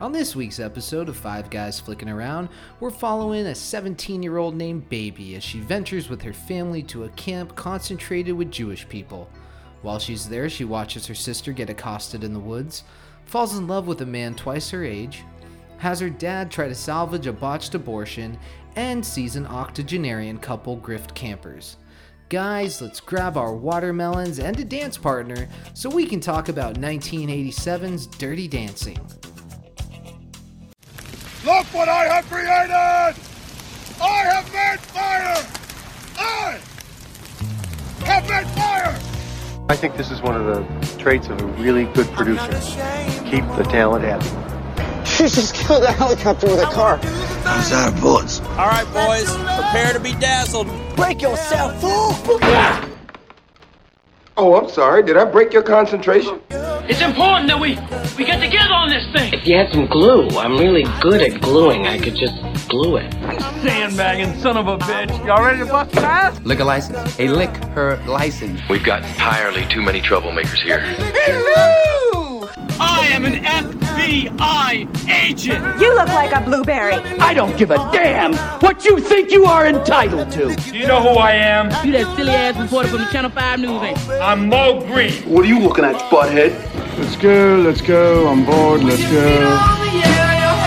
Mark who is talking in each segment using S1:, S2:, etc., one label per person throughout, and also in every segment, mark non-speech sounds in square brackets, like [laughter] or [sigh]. S1: On this week's episode of Five Guys Flicking Around, we're following a 17 year old named Baby as she ventures with her family to a camp concentrated with Jewish people. While she's there, she watches her sister get accosted in the woods, falls in love with a man twice her age, has her dad try to salvage a botched abortion, and sees an octogenarian couple grift campers. Guys, let's grab our watermelons and a dance partner so we can talk about 1987's Dirty Dancing.
S2: Look what I have created! I have made fire! I have made fire!
S3: I think this is one of the traits of a really good producer. Keep the talent happy.
S4: You just killed a helicopter with a car.
S5: All right, boys, prepare to be dazzled.
S4: Break yourself, fool!
S6: Oh, I'm sorry. Did I break your concentration?
S7: It's important that we we get together on this thing.
S8: If you had some glue, I'm really good at gluing. I could just glue it.
S7: Sandbagging son of a bitch.
S9: Lick a license. A lick her license.
S10: We've got entirely too many troublemakers here.
S7: I am an FBI agent.
S11: You look like a blueberry.
S7: I don't give a damn what you think you are entitled to. Do you know who I am?
S8: You that silly ass reporter from the Channel 5 News ain't.
S7: I'm Mo Green.
S3: What are you looking at, butthead?
S2: Let's go, let's go, I'm bored, let's go.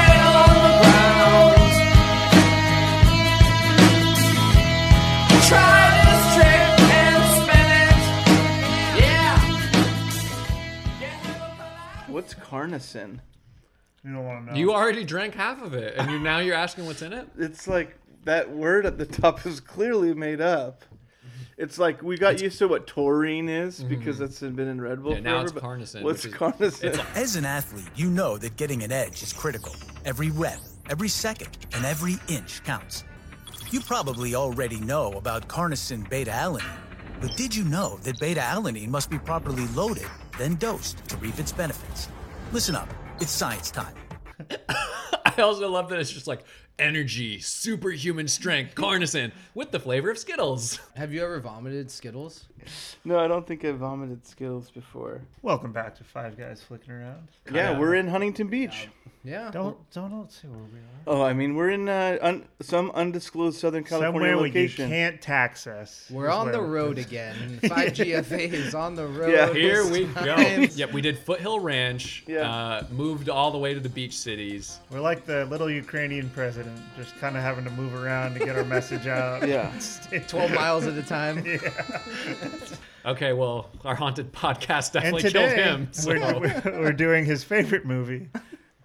S12: What's carnosine?
S2: You don't want to know.
S13: You already drank half of it, and you now you're asking what's in it.
S12: It's like that word at the top [laughs] is clearly made up. It's like we got used to what taurine is because that's been in Red Bull.
S13: Mm-hmm. Yeah, now it's
S12: forever, but
S13: carnosine,
S12: What's
S13: which is-
S12: carnosine?
S5: As an athlete, you know that getting an edge is critical. Every rep, every second, and every inch counts. You probably already know about carnosine beta alanine, but did you know that beta alanine must be properly loaded, then dosed to reap its benefits? Listen up, it's science time.
S13: I also love that it's just like energy, superhuman strength, carnosine with the flavor of Skittles.
S1: Have you ever vomited Skittles?
S12: [laughs] no, I don't think I vomited Skittles before.
S2: Welcome back to Five Guys Flicking Around.
S12: Yeah, we're in Huntington Beach.
S1: Yeah.
S2: Don't don't, don't say where we are.
S12: Oh, I mean, we're in uh, un- some undisclosed Southern California
S2: Somewhere where you
S12: location.
S2: can't tax us.
S1: We're
S2: is
S1: on the
S2: where-
S1: road
S2: [laughs]
S1: again. 5GFA is on the road.
S12: Yeah,
S13: Here we go.
S1: Sometimes.
S13: Yep, we did Foothill Ranch.
S12: Yeah.
S13: Uh, moved all the way to the beach cities.
S2: We're like the little Ukrainian president, just kind of having to move around to get our message out.
S12: [laughs]
S2: [laughs]
S12: Yeah.
S13: [laughs]
S1: 12 miles at a time.
S13: Okay, well, our haunted [laughs] podcast
S2: And
S13: definitely killed
S2: today
S13: him. So.
S2: we're, [laughs] we're, we're doing his favorite movie,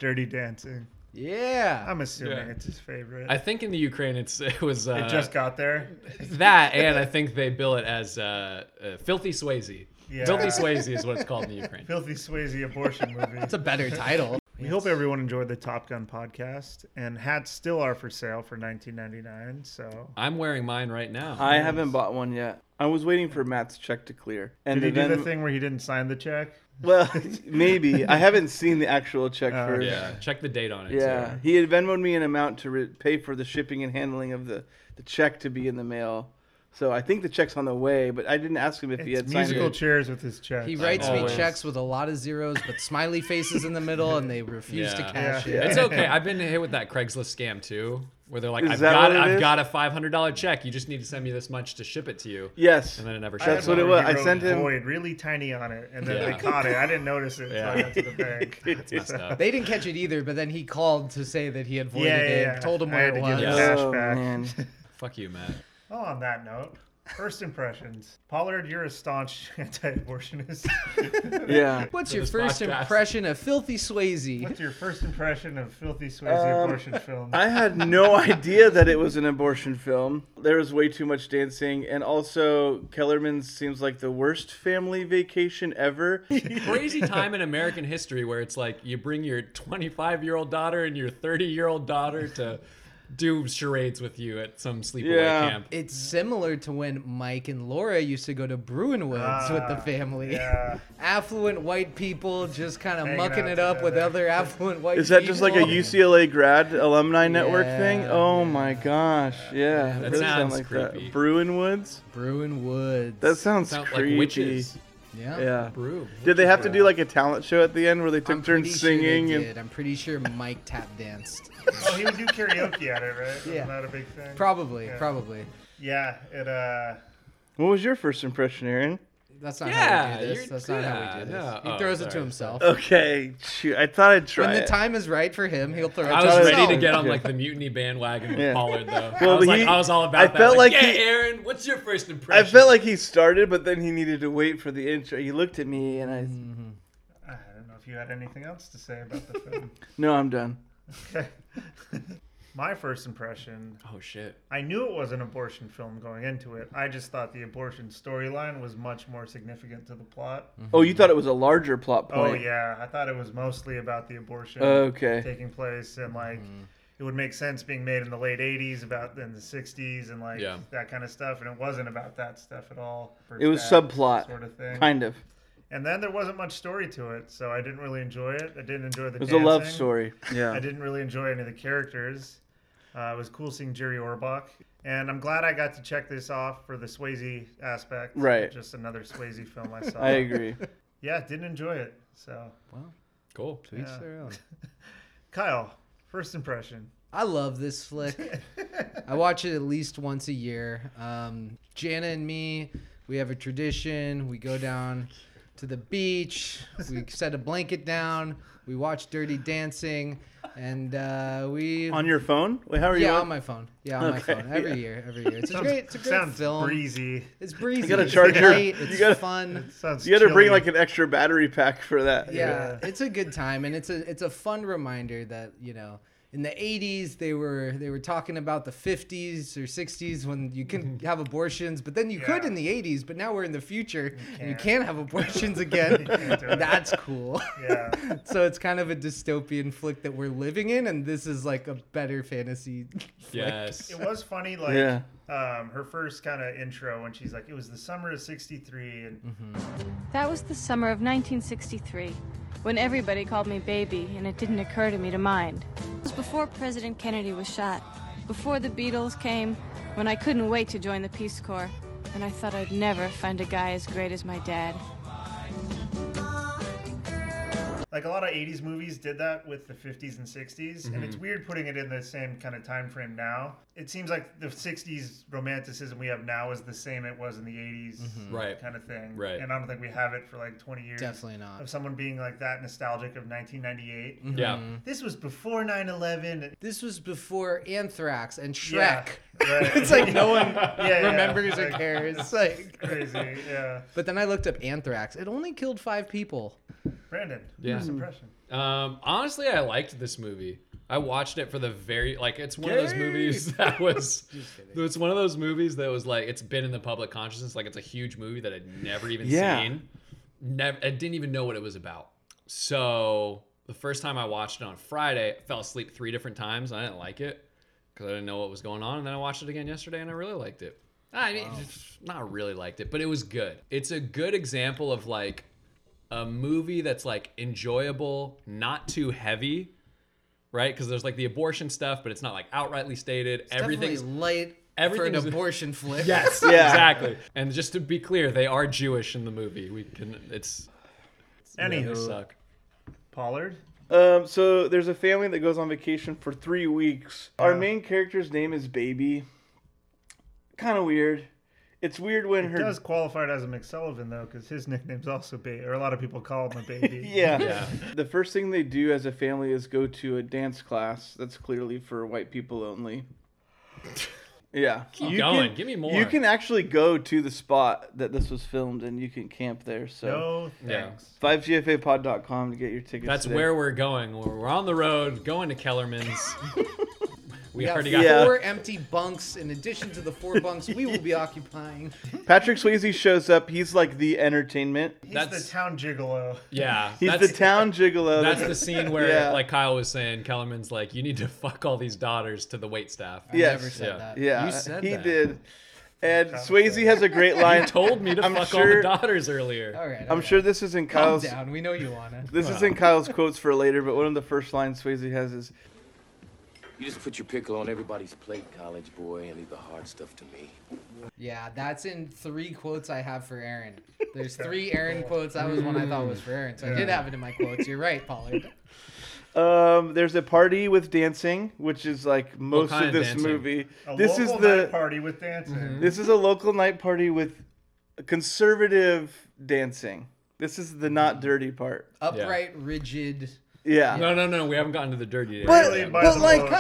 S2: Dirty Dancing.
S1: Yeah.
S2: I'm assuming
S13: Yeah.
S2: it's his favorite.
S13: I think in the Ukraine it's it was uh,
S2: it just got there.
S13: that, [laughs] and I think they bill it as uh, uh, Filthy Swayze.
S2: Yeah. [laughs]
S13: Filthy Swayze is what it's called in the Ukraine.
S2: Filthy Swayze abortion
S13: [laughs]
S2: movie.
S1: That's a better
S2: [laughs]
S1: title.
S2: We hope everyone enjoyed the Top Gun podcast, and hats still are for sale for 19.99. So
S13: I'm wearing mine right now.
S12: I haven't bought one yet. I was waiting for Matt's check to clear. And
S2: did he do
S12: then,
S2: the thing where he didn't sign the check?
S12: [laughs] Well, [laughs] maybe I haven't seen the actual check
S2: Oh,
S12: for.
S13: yeah, Uh, check the date on it.
S12: Yeah, he had Venmoed me an amount to re- pay for the shipping and handling of the, the check to be in the mail. So I think the check's on the way, but I didn't ask him if he had
S2: It's
S12: signed
S2: musical
S12: it.
S2: chairs with his check.
S1: He writes me
S13: Always.
S1: checks with a lot of zeros, but smiley faces in the middle, and they refuse to
S13: Yeah.
S1: cash
S2: Yeah.
S1: it.
S13: It's okay. I've been hit with that Craigslist scam too, where they're like,
S12: Is
S13: "I've
S12: that
S13: got,
S12: what it
S13: I've
S12: is?
S13: got a five hundred dollar check. You just need to send me this much to ship it to you."
S12: Yes,
S13: And then it never
S2: I
S13: ships.
S12: That's
S2: had
S12: what it
S2: one where
S12: was.
S2: he
S12: I
S2: wrote
S12: sent him-
S2: void really tiny on it, and then
S13: Yeah.
S2: they caught it. I didn't notice it until I got
S12: [laughs]
S2: to the bank.
S13: Messed up.
S1: They didn't catch it either, but then he called to say that he had voided
S2: yeah,
S1: it,
S2: yeah, yeah.
S1: told him
S2: I
S1: where
S2: had
S1: it
S2: to
S1: was.
S2: give him
S13: Yeah.
S2: cash
S12: Oh,
S2: back.
S12: man.
S13: Fuck you, Matt.
S2: Well, on that note, first impressions. Pollard, you're a staunch [laughs] anti-abortionist.
S12: [laughs] yeah.
S1: What's
S13: For
S1: your
S13: this
S1: first
S13: podcast.
S1: impression of Filthy Swayze?
S2: What's your first impression of Filthy Swayze abortion film?
S12: I had no [laughs] idea that it was an abortion film. There was way too much dancing, and also Kellerman seems like the worst family vacation
S2: [laughs]
S12: ever. [laughs]
S13: Crazy time in American history where it's like you bring your twenty five year old daughter and your thirty year old daughter to do charades with you at some sleepaway
S12: Yeah.
S13: camp.
S1: It's similar to when Mike and Laura used to go to Bruinwoods with the family. [laughs]
S2: Ah, yeah.
S1: affluent white people just kind of
S2: Hanging
S1: mucking
S2: out
S1: it up with other
S2: together.
S1: affluent white people.
S12: Is that just like a UCLA grad alumni network thing?
S1: Yeah.
S12: Oh my gosh, yeah. It
S13: that
S12: does sound
S13: sounds
S12: like
S13: creepy.
S12: that. Bruin Woods?
S1: Bruin Woods?
S12: That sounds
S13: Sound
S12: creepy.
S13: like witches.
S1: Yeah.
S12: Yeah.
S1: Brew.
S12: Did they have to do like a talent show at the end where they took turns singing?
S1: Sure they
S12: and
S1: did. I'm pretty sure Mike tap danced.
S2: Well, Oh, he would do karaoke at it, right? Wasn't
S1: Yeah.
S2: that a big thing?
S1: Probably,
S2: Yeah.
S1: probably.
S2: Yeah. It. Uh,
S12: What was your first impression, Aaron?
S1: That's not how
S13: Yeah,
S1: we do this.
S13: you're-
S1: That's not how we
S13: yeah,
S1: do this.
S13: no.
S1: He
S13: Oh,
S1: throws it to
S13: sorry.
S1: himself.
S12: Okay, shoot, I thought I'd try.
S1: When the
S12: it.
S1: time is right for him, he'll throw it
S13: I
S1: to
S13: was
S1: himself.
S13: ready to get on like the mutiny bandwagon with
S12: Yeah.
S13: Pollard though.
S12: Well,
S13: I was
S12: he-
S13: like, I was all about
S12: I
S13: that.
S12: felt like
S13: yeah,
S12: he-
S13: Aaron, what's your first
S12: I
S13: impression?
S12: felt like he started, but then he needed to wait for the intro. He looked at me, and I.
S1: Mm.
S2: I don't know if you had anything else to say about the film. [laughs]
S12: No, I'm done.
S2: Okay. My first impression.
S13: Oh shit.
S2: I knew it was an abortion film going into it. I just thought the abortion storyline was much more significant to the plot.
S1: Mm-hmm.
S12: Oh, you thought it was a larger plot point?
S2: Oh yeah, I thought it was mostly about the abortion
S12: Okay. Mm-hmm.
S2: taking place and like it would make sense being made in the late 80s about in the 60s and like
S12: Yeah.
S2: that kind of stuff and it wasn't about that stuff at all.
S12: It was
S2: That
S12: subplot,
S2: sort of thing.
S12: kind of.
S2: And then there wasn't much story to it, so I didn't really enjoy it. I didn't enjoy the
S12: It was a love
S2: dancing.
S12: story. Yeah.
S2: [laughs] I didn't really enjoy any of the characters. Uh, it was cool seeing Jerry Orbach. And I'm glad I got to check this off for the Swayze aspect.
S12: Right.
S2: Just another Swayze film
S12: [laughs]
S2: I saw.
S12: I
S2: [laughs]
S12: agree.
S2: Yeah, didn't enjoy it. So.
S1: Wow.
S13: Cool.
S1: To each their own.
S2: Kyle, first impression.
S1: I love this flick.
S2: [laughs]
S1: I watch it at least once a year. Um, Jana and me, we have a tradition. We go down to the beach.
S2: [laughs]
S1: We set a blanket down. We watch Dirty Dancing, and uh, we
S12: On your phone? Wait, how are you?
S1: Yeah, on my phone. Yeah, on
S12: Okay,
S1: my phone. Every
S12: yeah.
S1: year, every year. It's a
S12: Sounds-
S1: great, it's a great
S2: sounds
S1: film.
S2: breezy.
S1: It's breezy.
S12: You gotta
S1: It's
S12: charge your.
S1: light,
S12: you
S1: it's
S12: gotta,
S1: fun.
S12: You gotta bring like an extra battery pack for that.
S1: yeah, it's a good time and it's a it's a fun reminder that you know in the 80s they were they were talking about the 50s or 60s when you
S2: [laughs]
S1: can have abortions but then you could in the 80s but now we're in the future and you can't have
S2: [laughs]
S1: abortions again that's cool
S2: yeah
S1: [laughs] so it's kind of a dystopian flick that we're living in and this is like a better fantasy
S13: Yes.
S2: It was
S12: [laughs]
S2: funny, like
S1: Yeah.
S2: um, her first kind of intro when she's like, "It was the summer of '63," and
S1: Mm-hmm.
S14: That was the summer of 1963, when everybody called me baby, and it didn't occur to me to mind. It was before President Kennedy was shot, before the Beatles came, when I couldn't wait to join the Peace Corps, and I thought I'd never find a guy as great as my dad.
S2: like a lot of '80s movies did that with the '50s and '60s, and it's
S13: Mhm.
S2: weird putting it in the same kind of time frame now. It seems like the '60s romanticism we have now is the same it was in the '80s,
S13: Mm-hmm.
S1: Mhm. Right.
S2: Kind of thing,
S1: Right.
S2: And I don't think we have it for like 20 years.
S1: Definitely not.
S2: of someone being like that nostalgic of 1998.
S13: Mm-hmm.
S1: Mhm. Yeah.
S2: this was before 9/11.
S1: this was before anthrax and shrek
S2: Yeah,
S1: [laughs]
S2: right.
S1: it's like no one
S2: [laughs] Yeah, yeah,
S1: remembers or
S2: like,
S1: cares It's like
S2: crazy
S13: [laughs]
S2: yeah
S1: But then I looked up anthrax. It only killed five people.
S2: Brandon,
S13: Yeah.
S2: first impression.
S13: Um, honestly, I liked this movie. I watched it for the very like it's one of those movies [laughs] that was it's one of those movies that was like it's been in the public consciousness like it's a huge movie that I'd never even
S12: Yeah.
S13: seen. Never I didn't even know what it was about. So the first time I watched it on Friday, I fell asleep three different times. I didn't like it because I didn't know what was going on, and then I watched it again yesterday and I really liked it. I mean, not really liked it, but it was good. It's a good example of like a movie that's like enjoyable, not too heavy, right? Because there's like the abortion stuff, but it's not like outrightly stated. Everything's [laughs]
S1: Definitely light
S13: everything
S1: for
S13: is-
S1: an abortion flick.
S13: [laughs] yes, exactly. And just to be clear, they are Jewish in the movie. We can it's yeah, they
S12: Anywho.
S13: suck.
S2: Pollard.
S12: Um, so there's a family that goes on vacation for three weeks. Our main character's name is Baby. Kind of weird. It's weird when
S2: It
S12: her
S2: does qualify it as a McSullivan though, because his [laughs] nickname's also Baby, or a lot of people call him a baby.
S12: [laughs] [laughs] yeah. The first thing they do as a family is go to a dance class that's clearly for white people only. Yeah.
S13: [laughs] Keep going. Give me more.
S12: You can actually go to the spot that this was filmed and you can camp there. So
S13: No Yeah. thanks.
S12: 5gfapod.com to get your tickets.
S13: That's
S12: today.
S13: where we're going. We're we're on the road, going to Kellerman's. we
S1: got
S13: already got
S1: four empty bunks in addition to the four bunks we will be occupying.
S12: Patrick Swayze shows up. He's like the entertainment.
S2: He's the town gigolo.
S13: Yeah,
S12: He's the town gigolo.
S13: That's the scene where,
S12: Yeah.
S13: like Kyle was saying, Kellerman's like, "You need to fuck all these daughters to the wait staff."
S12: Yes. yeah. Yeah, he did. And Swayze has a great line.
S13: You told me to
S12: I'm
S13: fuck all
S12: sure-
S13: the daughters earlier.
S1: All right,
S12: I'm sure this is in
S1: Calm
S12: Kyle's.
S1: down. We know you wanna.
S12: This is in Kyle's quotes for later, but one of the first lines Swayze has is,
S14: You just put your pickle on everybody's plate, college boy, and leave the hard stuff to me.
S1: Yeah, that's in three quotes I have for Aaron. There's three Aaron quotes. That was one I thought was for Aaron, so I did have it in my quotes. You're right, Pollard.
S12: Um, there's a party with dancing, which is like most
S2: kind
S12: of
S2: of
S12: this
S2: dancing?
S12: movie.
S2: A
S12: this is
S2: local
S12: the
S2: night party with dancing. Mhm.
S12: This is a local night party with conservative dancing. This is the not dirty part.
S1: Upright, rigid.
S12: Yeah.
S13: No, no, no. We haven't gotten to the dirty.
S12: But, but like,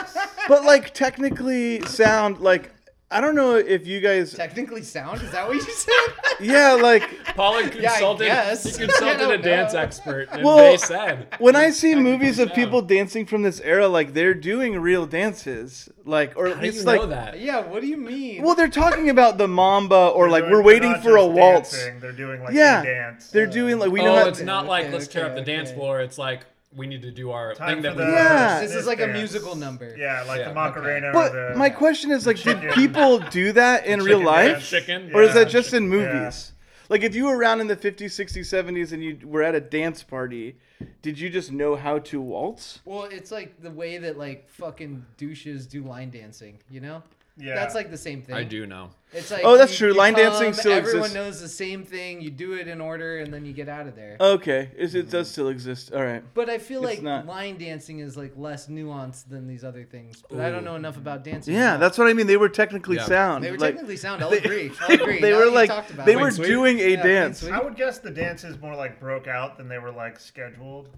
S12: but like technically sound like I don't know if you guys
S1: Technically sound? Is that what you said?
S12: [laughs] yeah like
S13: Pollard
S1: Yeah, I
S13: consulted.
S1: guess. [laughs]
S13: he
S1: I
S13: consulted
S1: don't
S13: a dance
S1: know.
S13: expert, and
S12: well
S13: they said
S12: when I see movies of people dancing from this era like they're doing real dances like or at
S13: do you
S12: least
S13: know
S12: like
S13: that?
S1: Yeah, what do you mean?
S12: Well, they're talking about the Mamba or like we're waiting
S2: not
S12: for a
S2: just
S12: waltz.
S2: dancing, they're doing, like, a
S12: yeah,
S2: dance.
S12: They're doing like we know
S13: oh,
S12: how
S13: it's not like let's tear up the dance floor. It's like we need to do our
S2: Time
S13: thing that
S2: for
S13: we
S2: the-
S12: Yeah.
S1: This is like a musical number.
S2: Yeah, like the Macarena.
S12: But
S2: or the,
S12: my question is like, did
S2: Chicken.
S12: people do that in
S2: Chicken
S12: real life,
S2: dance. [laughs] Chicken.
S12: or is that
S2: Yeah.
S12: just in
S2: Yeah.
S12: movies? Like, if you were around in the 50s, 60s, 70s, and you were at a dance party, did you just know how to waltz?
S1: Well, it's like the way that like fucking douches do line dancing, you know?
S13: Yeah.
S1: That's like the same thing.
S13: I do know.
S1: It's like
S12: Oh, that's
S1: you-
S12: true.
S1: you
S12: Line dancing still
S1: Everyone
S12: exists.
S1: knows the same thing. You do it in order, and then you get out of there.
S12: Okay, is
S13: Mm-hmm.
S12: it does still exist? All right,
S1: But I feel
S12: Oh, It's
S1: like
S12: not-
S1: line dancing is like less nuanced than these other things. But I don't
S12: Ooh.
S1: know enough about dancing.
S12: Yeah, that's what I mean. They were technically
S1: Yeah.
S12: sound.
S1: They were
S12: like-
S1: technically
S12: [laughs]
S1: sound, I'll
S12: they-
S1: agree. I'll
S12: they-
S1: agree.
S12: They
S1: Now
S12: were
S1: that you
S12: like
S1: talked about
S12: they
S1: it.
S12: were
S1: Wing sweep?
S12: doing a
S1: Yeah, wing
S12: dance.
S2: I would guess the dances more like broke out than they were like scheduled,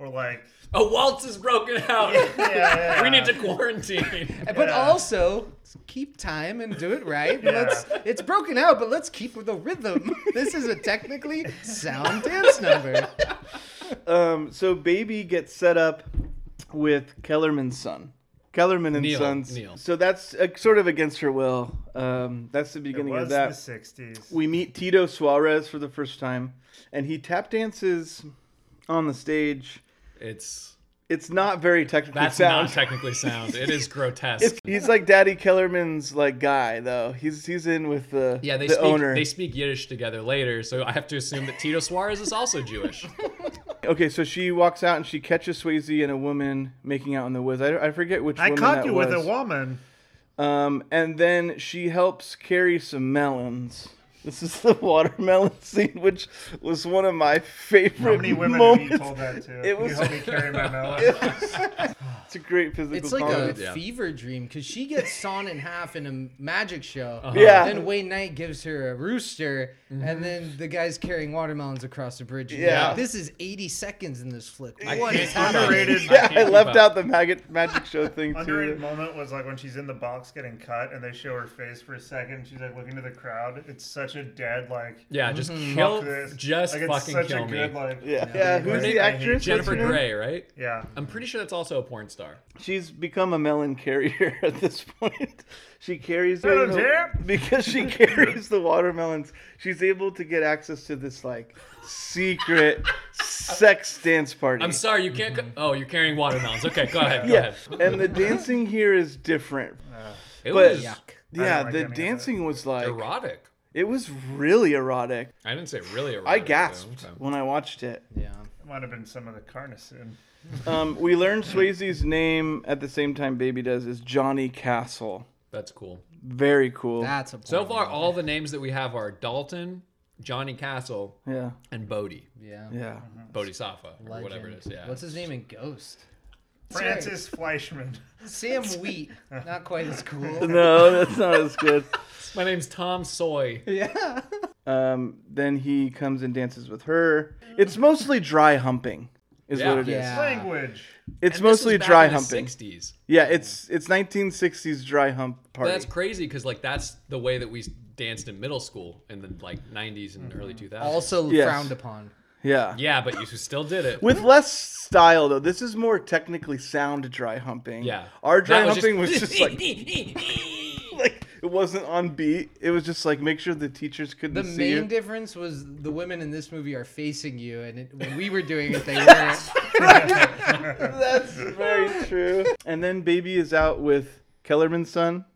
S2: or like
S13: a Oh, waltz is broken out.
S2: [laughs] yeah,
S13: we need to quarantine.
S1: [laughs] But also keep time and do it right.
S13: Yeah.
S1: Let's, it's broken out, but let's keep the rhythm. [laughs] This is a technically sound dance
S13: [laughs]
S1: number.
S12: um, so baby gets set up with Kellerman's son. Kellerman and
S2: Neil,
S12: Sons.
S2: Neil.
S12: So that's uh, sort of against her will. Um, that's the beginning
S2: was
S12: of that.
S2: the 60s.
S12: We meet Tito Suarez for the first time, and he tap dances on the stage.
S13: It's
S12: it's not very technically
S13: That's
S12: sound.
S13: not technically sound. It is
S1: [laughs]
S13: grotesque.
S12: It's- he's like Daddy Kellerman's like guy though. He's he's in with the
S13: yeah, they
S12: the
S13: speak
S12: owner.
S13: they speak Yiddish together later, so I have to assume that Tito Suarez is also Jewish.
S12: Okay, so she walks out and she catches Swayze and a woman making out in the woods. I, I forget which
S2: I
S12: woman
S2: caught
S12: that
S2: you
S12: was.
S2: with a [laughs] woman.
S12: Um, and then she helps carry some melons. This is the watermelon [laughs] scene, which was one of my favorite
S2: How many women have
S12: moments.
S2: you told that to?
S12: It
S2: Can
S12: was
S2: you help me carry [laughs] my melon?
S12: It was- [laughs] it's a great physical.
S1: It's like
S12: comedy.
S1: a fever dream because she gets sawn in half in a magic show.
S12: Uh-huh. Yeah.
S1: Then Wayne Knight gives her a rooster,
S13: Mm-hmm.
S1: and then the guy's carrying watermelons across the bridge. And
S12: Yeah.
S1: yeah. Like, this is 80 seconds in this flip.
S2: I
S1: What
S2: can't
S1: is
S2: keep
S1: happening?
S2: up. Underrated.
S12: Yeah,
S2: I can't
S12: I
S2: keep
S12: left
S2: up.
S12: out the maggot, magic show
S2: [laughs]
S12: thing
S2: Underrated
S12: too.
S2: moment was like when she's in the box getting cut and they show her face for a second. She's like looking to the crowd. It's such a dead like.
S13: Yeah, just
S2: fuck
S13: kill-
S2: this.
S13: just
S2: like, it's
S13: fucking
S2: such
S13: kill
S2: a
S13: me.
S2: Good, like,
S12: Yeah. Yeah, who's
S2: like,
S12: the
S2: I hate
S12: actress?
S2: you.
S13: Jennifer
S12: What's her
S13: Grey,
S12: name?
S13: right?
S2: Yeah.
S13: I'm pretty sure that's also a porn star.
S12: She's become a melon carrier [laughs] at this point. She carries
S13: Melon
S12: the-
S13: tap?
S12: because
S13: [laughs]
S12: she carries the watermelons. She's able to get access to this like secret sex dance party.
S13: I'm sorry, you can't. Co- oh, you're carrying watermelons. Okay, go
S12: [laughs]
S13: ahead. Go
S12: yeah,
S13: ahead.
S12: and the dancing here is different.
S13: It
S12: but
S13: was- Yuck.
S12: yeah,
S13: Uh, I don't like
S12: the
S13: any of
S12: dancing was like
S13: erotic.
S12: It was really erotic.
S13: I didn't say really erotic.
S12: I
S13: though.
S12: gasped when I watched it.
S1: Yeah.
S2: Might have been some of the carnicine.
S12: Um, we learned Swayze's name at the same time Baby does is Johnny Castle.
S13: That's cool.
S12: Very cool.
S13: So
S1: Oh,
S13: far, all the names that we have are Dalton, Johnny Castle,
S12: Yeah.
S13: and Bodie.
S1: Yeah.
S12: Yeah.
S13: Bodhisattva, or whatever it is. Yeah.
S1: What's his name in Ghost?
S2: Francis
S13: [laughs]
S2: Fleischman.
S1: Sam Wheat. Not quite as cool.
S12: No, that's not as good.
S13: My name's Tom Soy.
S1: Yeah.
S12: Um, then he comes and dances with her. It's mostly dry humping, is what it is.
S2: Language.
S12: It's
S13: And this
S12: mostly
S13: was back
S12: dry
S13: in the
S12: humping.
S13: 60s.
S12: Yeah, it's it's 1960s dry hump
S13: But
S12: party.
S13: That's crazy because like that's the way that we danced in middle school in the like 90s and early
S12: Mm-hmm.
S13: 2000s.
S1: Also
S12: Yes.
S1: frowned upon.
S12: Yeah.
S13: Yeah, but you still did it.
S12: With less style though. This is more technically sound dry humping.
S13: Yeah.
S12: Our dry
S13: That was just-
S12: humping was
S13: [laughs]
S12: just like like it wasn't on beat. It was just like make sure the teachers couldn't
S1: The
S12: see
S1: main
S12: you.
S1: difference was the women in this movie are facing you, and it, when we were doing it,
S12: [laughs]
S1: they weren't.
S12: That's very true. And then baby is out with Kellerman's son,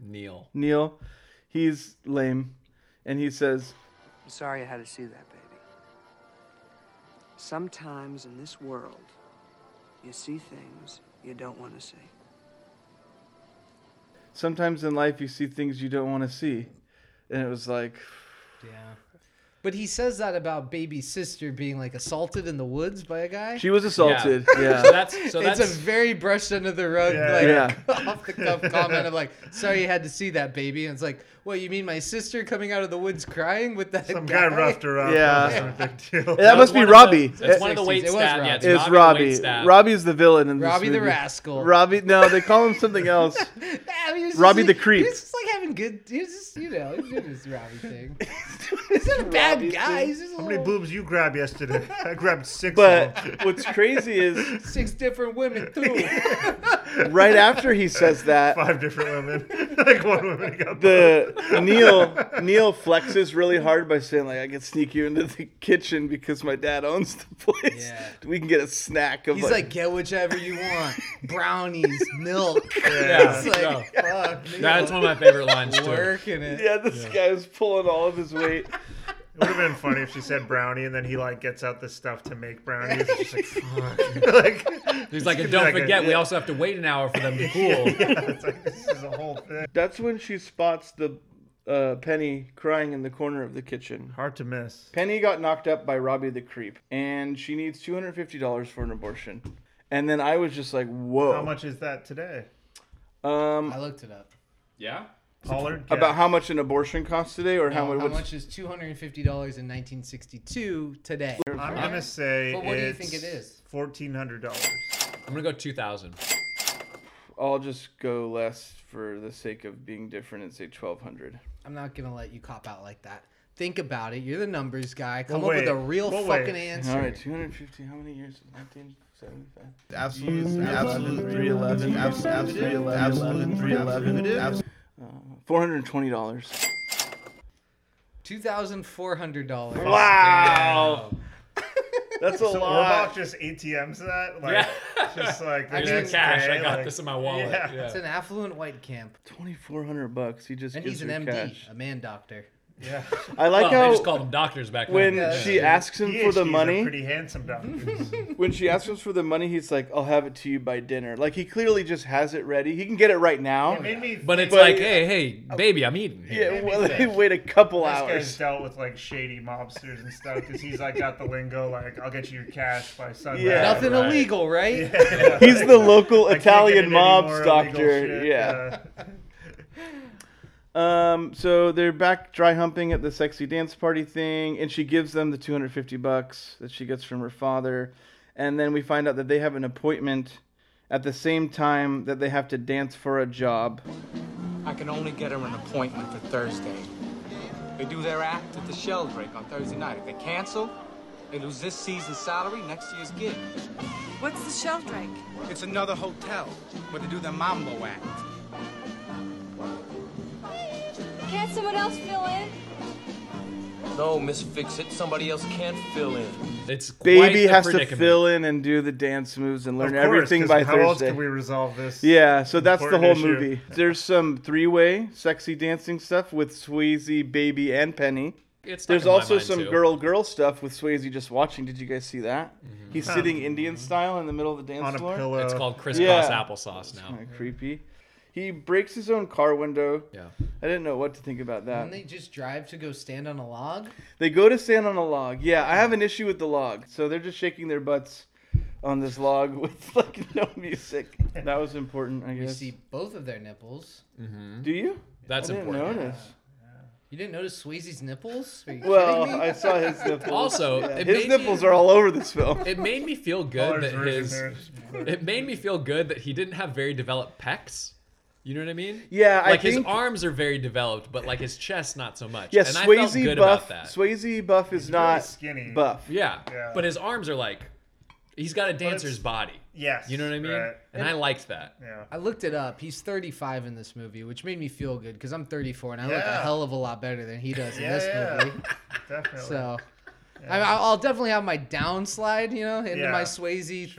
S13: Neil.
S12: Neil. He's lame. And he says,
S15: I'm sorry I had to see that, baby. Sometimes in this world, you see things you don't want to see.
S12: sometimes in life you see things you don't want to see, and it was like,
S1: yeah. But he says that about baby sister being like assaulted in the woods by a guy.
S12: She was assaulted, yeah.
S13: So that's- so
S1: it's
S13: that's-
S1: a very brushed under the rug,
S12: Yeah.
S1: like [laughs]
S12: Yeah.
S1: off the cuff comment of like, "Sorry, you had to see that, baby." And it's like, "What you mean, my sister coming out of the woods crying with that?"
S2: Some guy roughed her up.
S12: Yeah.
S2: That wasn't a
S13: [laughs]
S2: big deal.
S12: That must be Robbie.
S1: It was Robbie.
S12: It's, Robbie. Robbie's the villain in this
S1: Robbie the
S12: movie.
S1: rascal.
S12: Robbie. No, they call him
S1: [laughs]
S12: something else.
S1: I mean, [laughs] he was just
S12: Robbie
S1: like-
S12: the creep.
S1: He was just like having good. He was just, you know, he was doing his Robbie
S12: [laughs]
S1: thing. He's not a bad guy. He's just a
S2: How many
S1: little-
S2: boobs you grabbed yesterday?
S13: [laughs]
S2: I grabbed six.
S12: But
S2: of them.
S12: what's crazy is
S1: [laughs] six different women too.
S12: right after he says that,
S2: five different women. [laughs] like one woman got
S12: the Neil Neil flexes really hard by saying like I can sneak you into the kitchen because my dad owns the place. We can get a snack of
S1: He's like, get whichever you want. Brownies, milk.
S12: [laughs] Yeah.
S1: It's like,
S12: Yeah.
S1: fuck. Neil.
S13: That's one of my
S12: [laughs]
S13: favorite lines too.
S1: Working it.
S12: [laughs] Yeah, this guy was pulling all of his weight.
S2: It would have been funny if she said brownie, and then he like gets out the stuff to make
S13: [laughs]
S2: brownies. and she's like, fuck. like,
S13: He's like, and don't forget, we also have to wait an hour for them
S12: [laughs]
S13: to cool.
S2: [laughs]
S12: That's when she spots the uh, Penny crying in the corner of the kitchen.
S2: Hard to miss.
S12: Penny got knocked up by Robbie the creep, and she needs two hundred fifty dollars for an abortion. And then I was just like, "Whoa!"
S2: How much is that today?
S12: Um,
S1: I looked it up.
S13: Yeah.
S2: Pollard.
S12: about how much an abortion costs today, or
S1: No,
S12: how much?
S1: how much is two hundred and fifty dollars in nineteen sixty two today?
S2: I'm gonna say.
S1: But what do you think it
S2: it's
S1: is?
S2: Fourteen hundred dollars.
S13: I'm gonna go two
S12: [laughs]
S13: thousand.
S12: I'll just go less for the sake of being different and say twelve hundred.
S1: I'm not gonna let you cop out like that. Think about it. You're the numbers guy.
S12: Well,
S1: Come up with a
S12: wait.
S1: real
S12: Well, wait.
S1: fucking answer.
S12: All right, two hundred fifty. How many years? Nineteen seventy-five.
S3: Absolute, absolute, three eleven, absolute, three eleven, absolute, three eleven.
S12: Uh, Four hundred twenty dollars.
S1: Two thousand four hundred dollars.
S12: Wow. That's a
S2: so
S12: lot.
S2: Orbach just ATMs that, like, just
S13: [laughs]
S2: like the next day, like- Yeah.
S1: It's an affluent white camp,
S12: Twenty-four hundred bucks. He just
S1: and
S12: gives
S1: he's an
S12: her
S1: MD,
S12: cash.
S1: a man doctor.
S2: Yeah.
S12: I like
S13: Oh,
S12: how
S13: they just called them doctors back
S12: when
S13: then.
S12: she
S13: Yeah.
S12: asks him for
S2: PhDs
S12: the
S2: are
S12: money.
S2: Pretty handsome doctors.
S13: [laughs]
S12: when she asks him for the money, he's like, "I'll have it to you by dinner." Like he clearly just has it ready. He can get it right now.
S2: It made me
S13: But it's
S12: But-
S13: like, hey, hey, baby, I'm eating. here."
S12: Yeah, well, [laughs] they wait a couple
S2: this
S12: hours.
S2: guy's dealt with like shady mobsters and stuff because he's like got the lingo like I'll get you your cash by sundown.
S12: Yeah.
S1: Nothing illegal, right?
S12: He's the local
S2: [laughs] I can't get
S12: Italian
S2: into any more
S12: mobs
S2: illegal
S12: doctor.
S2: shit,
S12: Yeah. [laughs] Um. So they're back dry humping at the sexy dance party thing, and she gives them the 250 bucks that she gets from her father, and then we find out that they have an appointment at the same time that they have to dance for a job.
S14: I can only get her an appointment for Thursday. They do their act at the shell break on Thursday night. If they cancel, they lose this season's salary, next year's gig.
S16: What's the shell drink?
S14: It's another hotel where they do their mambo act.
S16: Can't someone else fill in?
S4: No, Miss Fix It, somebody else can't fill in.
S13: It's quite
S12: Baby
S13: the
S12: has to
S13: predicament.
S12: fill in and do the dance moves and learn
S2: Of course,
S12: everything
S2: 'cause
S12: by
S2: how
S12: Thursday.
S2: else can we resolve this
S12: Yeah, so that's the whole
S2: important issue?
S12: movie. There's some three-way sexy dancing stuff with Swayze, Baby, and Penny.
S13: It's stuck
S12: There's
S13: in my
S12: also
S13: mind,
S12: some
S13: too.
S12: girl-girl stuff with Swayze just watching. Did you guys see that? He's
S13: Huh.
S12: sitting Indian style in the middle of the dance
S13: Oh. Mm-hmm. On a
S12: floor.
S13: pillow. It's called crisscross applesauce now.
S12: Kinda creepy. He breaks his own car window.
S13: Yeah.
S12: I didn't know what to think about
S1: Didn't
S12: that.
S1: they just drive to go stand on a log?
S12: They go to stand on a log. Yeah, I have an issue with the log. So they're just shaking their butts on this log [laughs] with like no music. That was important, I
S1: You
S12: guess.
S1: see both of their nipples.
S12: Do you?
S13: That's
S12: I didn't
S13: important.
S12: Notice.
S1: You didn't notice Swayze's nipples? Are you
S12: Well,
S1: kidding me?
S12: I saw
S13: [laughs]
S12: his nipples.
S13: Also,
S12: Yeah,
S13: it
S12: his
S13: made
S12: nipples
S13: me-
S12: are all over this
S13: [laughs]
S12: film.
S13: It made me feel good
S12: Colors
S13: that
S12: version
S13: his.
S12: there.
S13: It made me feel good that he didn't have very developed pecs. You know what I mean?
S12: Yeah, I
S13: like his
S12: think-
S13: arms are very developed, but like his chest, not so much.
S12: Yeah,
S13: and I felt
S12: Swayze
S13: good
S12: buff.
S13: about that.
S12: Swayze buff is not
S2: skinny.
S12: buff.
S13: Yeah.
S2: Yeah.
S13: but his arms are like, he's got a dancer's
S2: it's-
S13: body.
S2: Yes,
S13: you know what I mean.
S2: right.
S13: And I liked that.
S2: Yeah.
S1: I looked it up. He's 35 in this movie, which made me feel good because I'm 34 and I look a
S2: Yeah.
S1: hell of a lot better than he does in
S2: Yeah,
S1: this
S2: yeah. [laughs]
S1: movie.
S2: Definitely.
S1: So, I, I'll definitely have my downslide, you know, into
S2: Yeah,
S1: my Swayze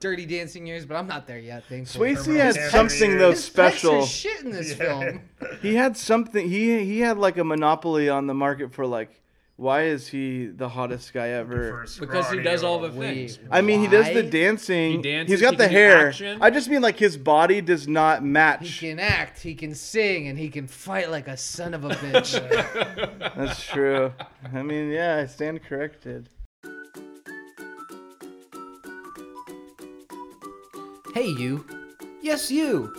S1: Dirty Dancing years, but I'm not there yet. Thankfully.
S12: Swayze had something though
S1: His pecs are
S12: special.
S1: shit
S2: [laughs]
S12: [laughs]
S1: in this film.
S12: He had something. He he had like a monopoly on the market for like why is he the hottest guy ever?
S13: Because he does all the things.
S12: I mean, he does the dancing.
S13: He dances,
S12: He's got
S13: he
S12: the
S13: can do
S12: hair.
S13: action.
S12: I just mean like his body does not match.
S1: He can act, he can sing, and he can fight like a son of a
S2: [laughs]
S1: bitch.
S12: That's true. I mean, yeah, I stand corrected.
S1: Hey, you. Yes, you.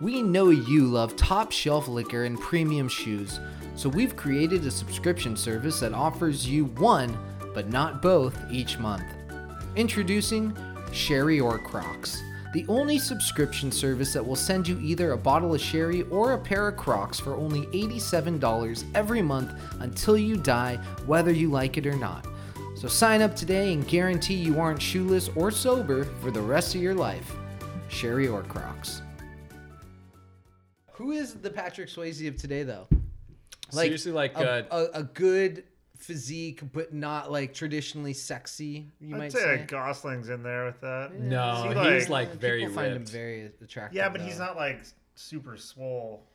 S1: We know you love top shelf liquor and premium shoes, so we've created a subscription service that offers you one, but not both, each month. Introducing Sherry or Crocs, the only subscription service that will send you either a bottle of sherry or a pair of Crocs for only $87 every month until you die, whether you like it or not. So sign up today and guarantee you aren't shoeless or sober for the rest of your life. Sherry or Crocs. Who is the Patrick Swayze of today, though?
S13: Seriously, like,
S1: a,
S13: uh,
S1: a, a good physique, but not like traditionally sexy. You
S2: I'd
S1: might
S2: say,
S1: say.
S2: Gosling's in there with that.
S13: No,
S2: Is
S13: he's, like,
S1: People
S13: very
S1: find him
S13: ripped.
S1: very attractive.
S2: Yeah, but he's
S1: though.
S2: not like super swole.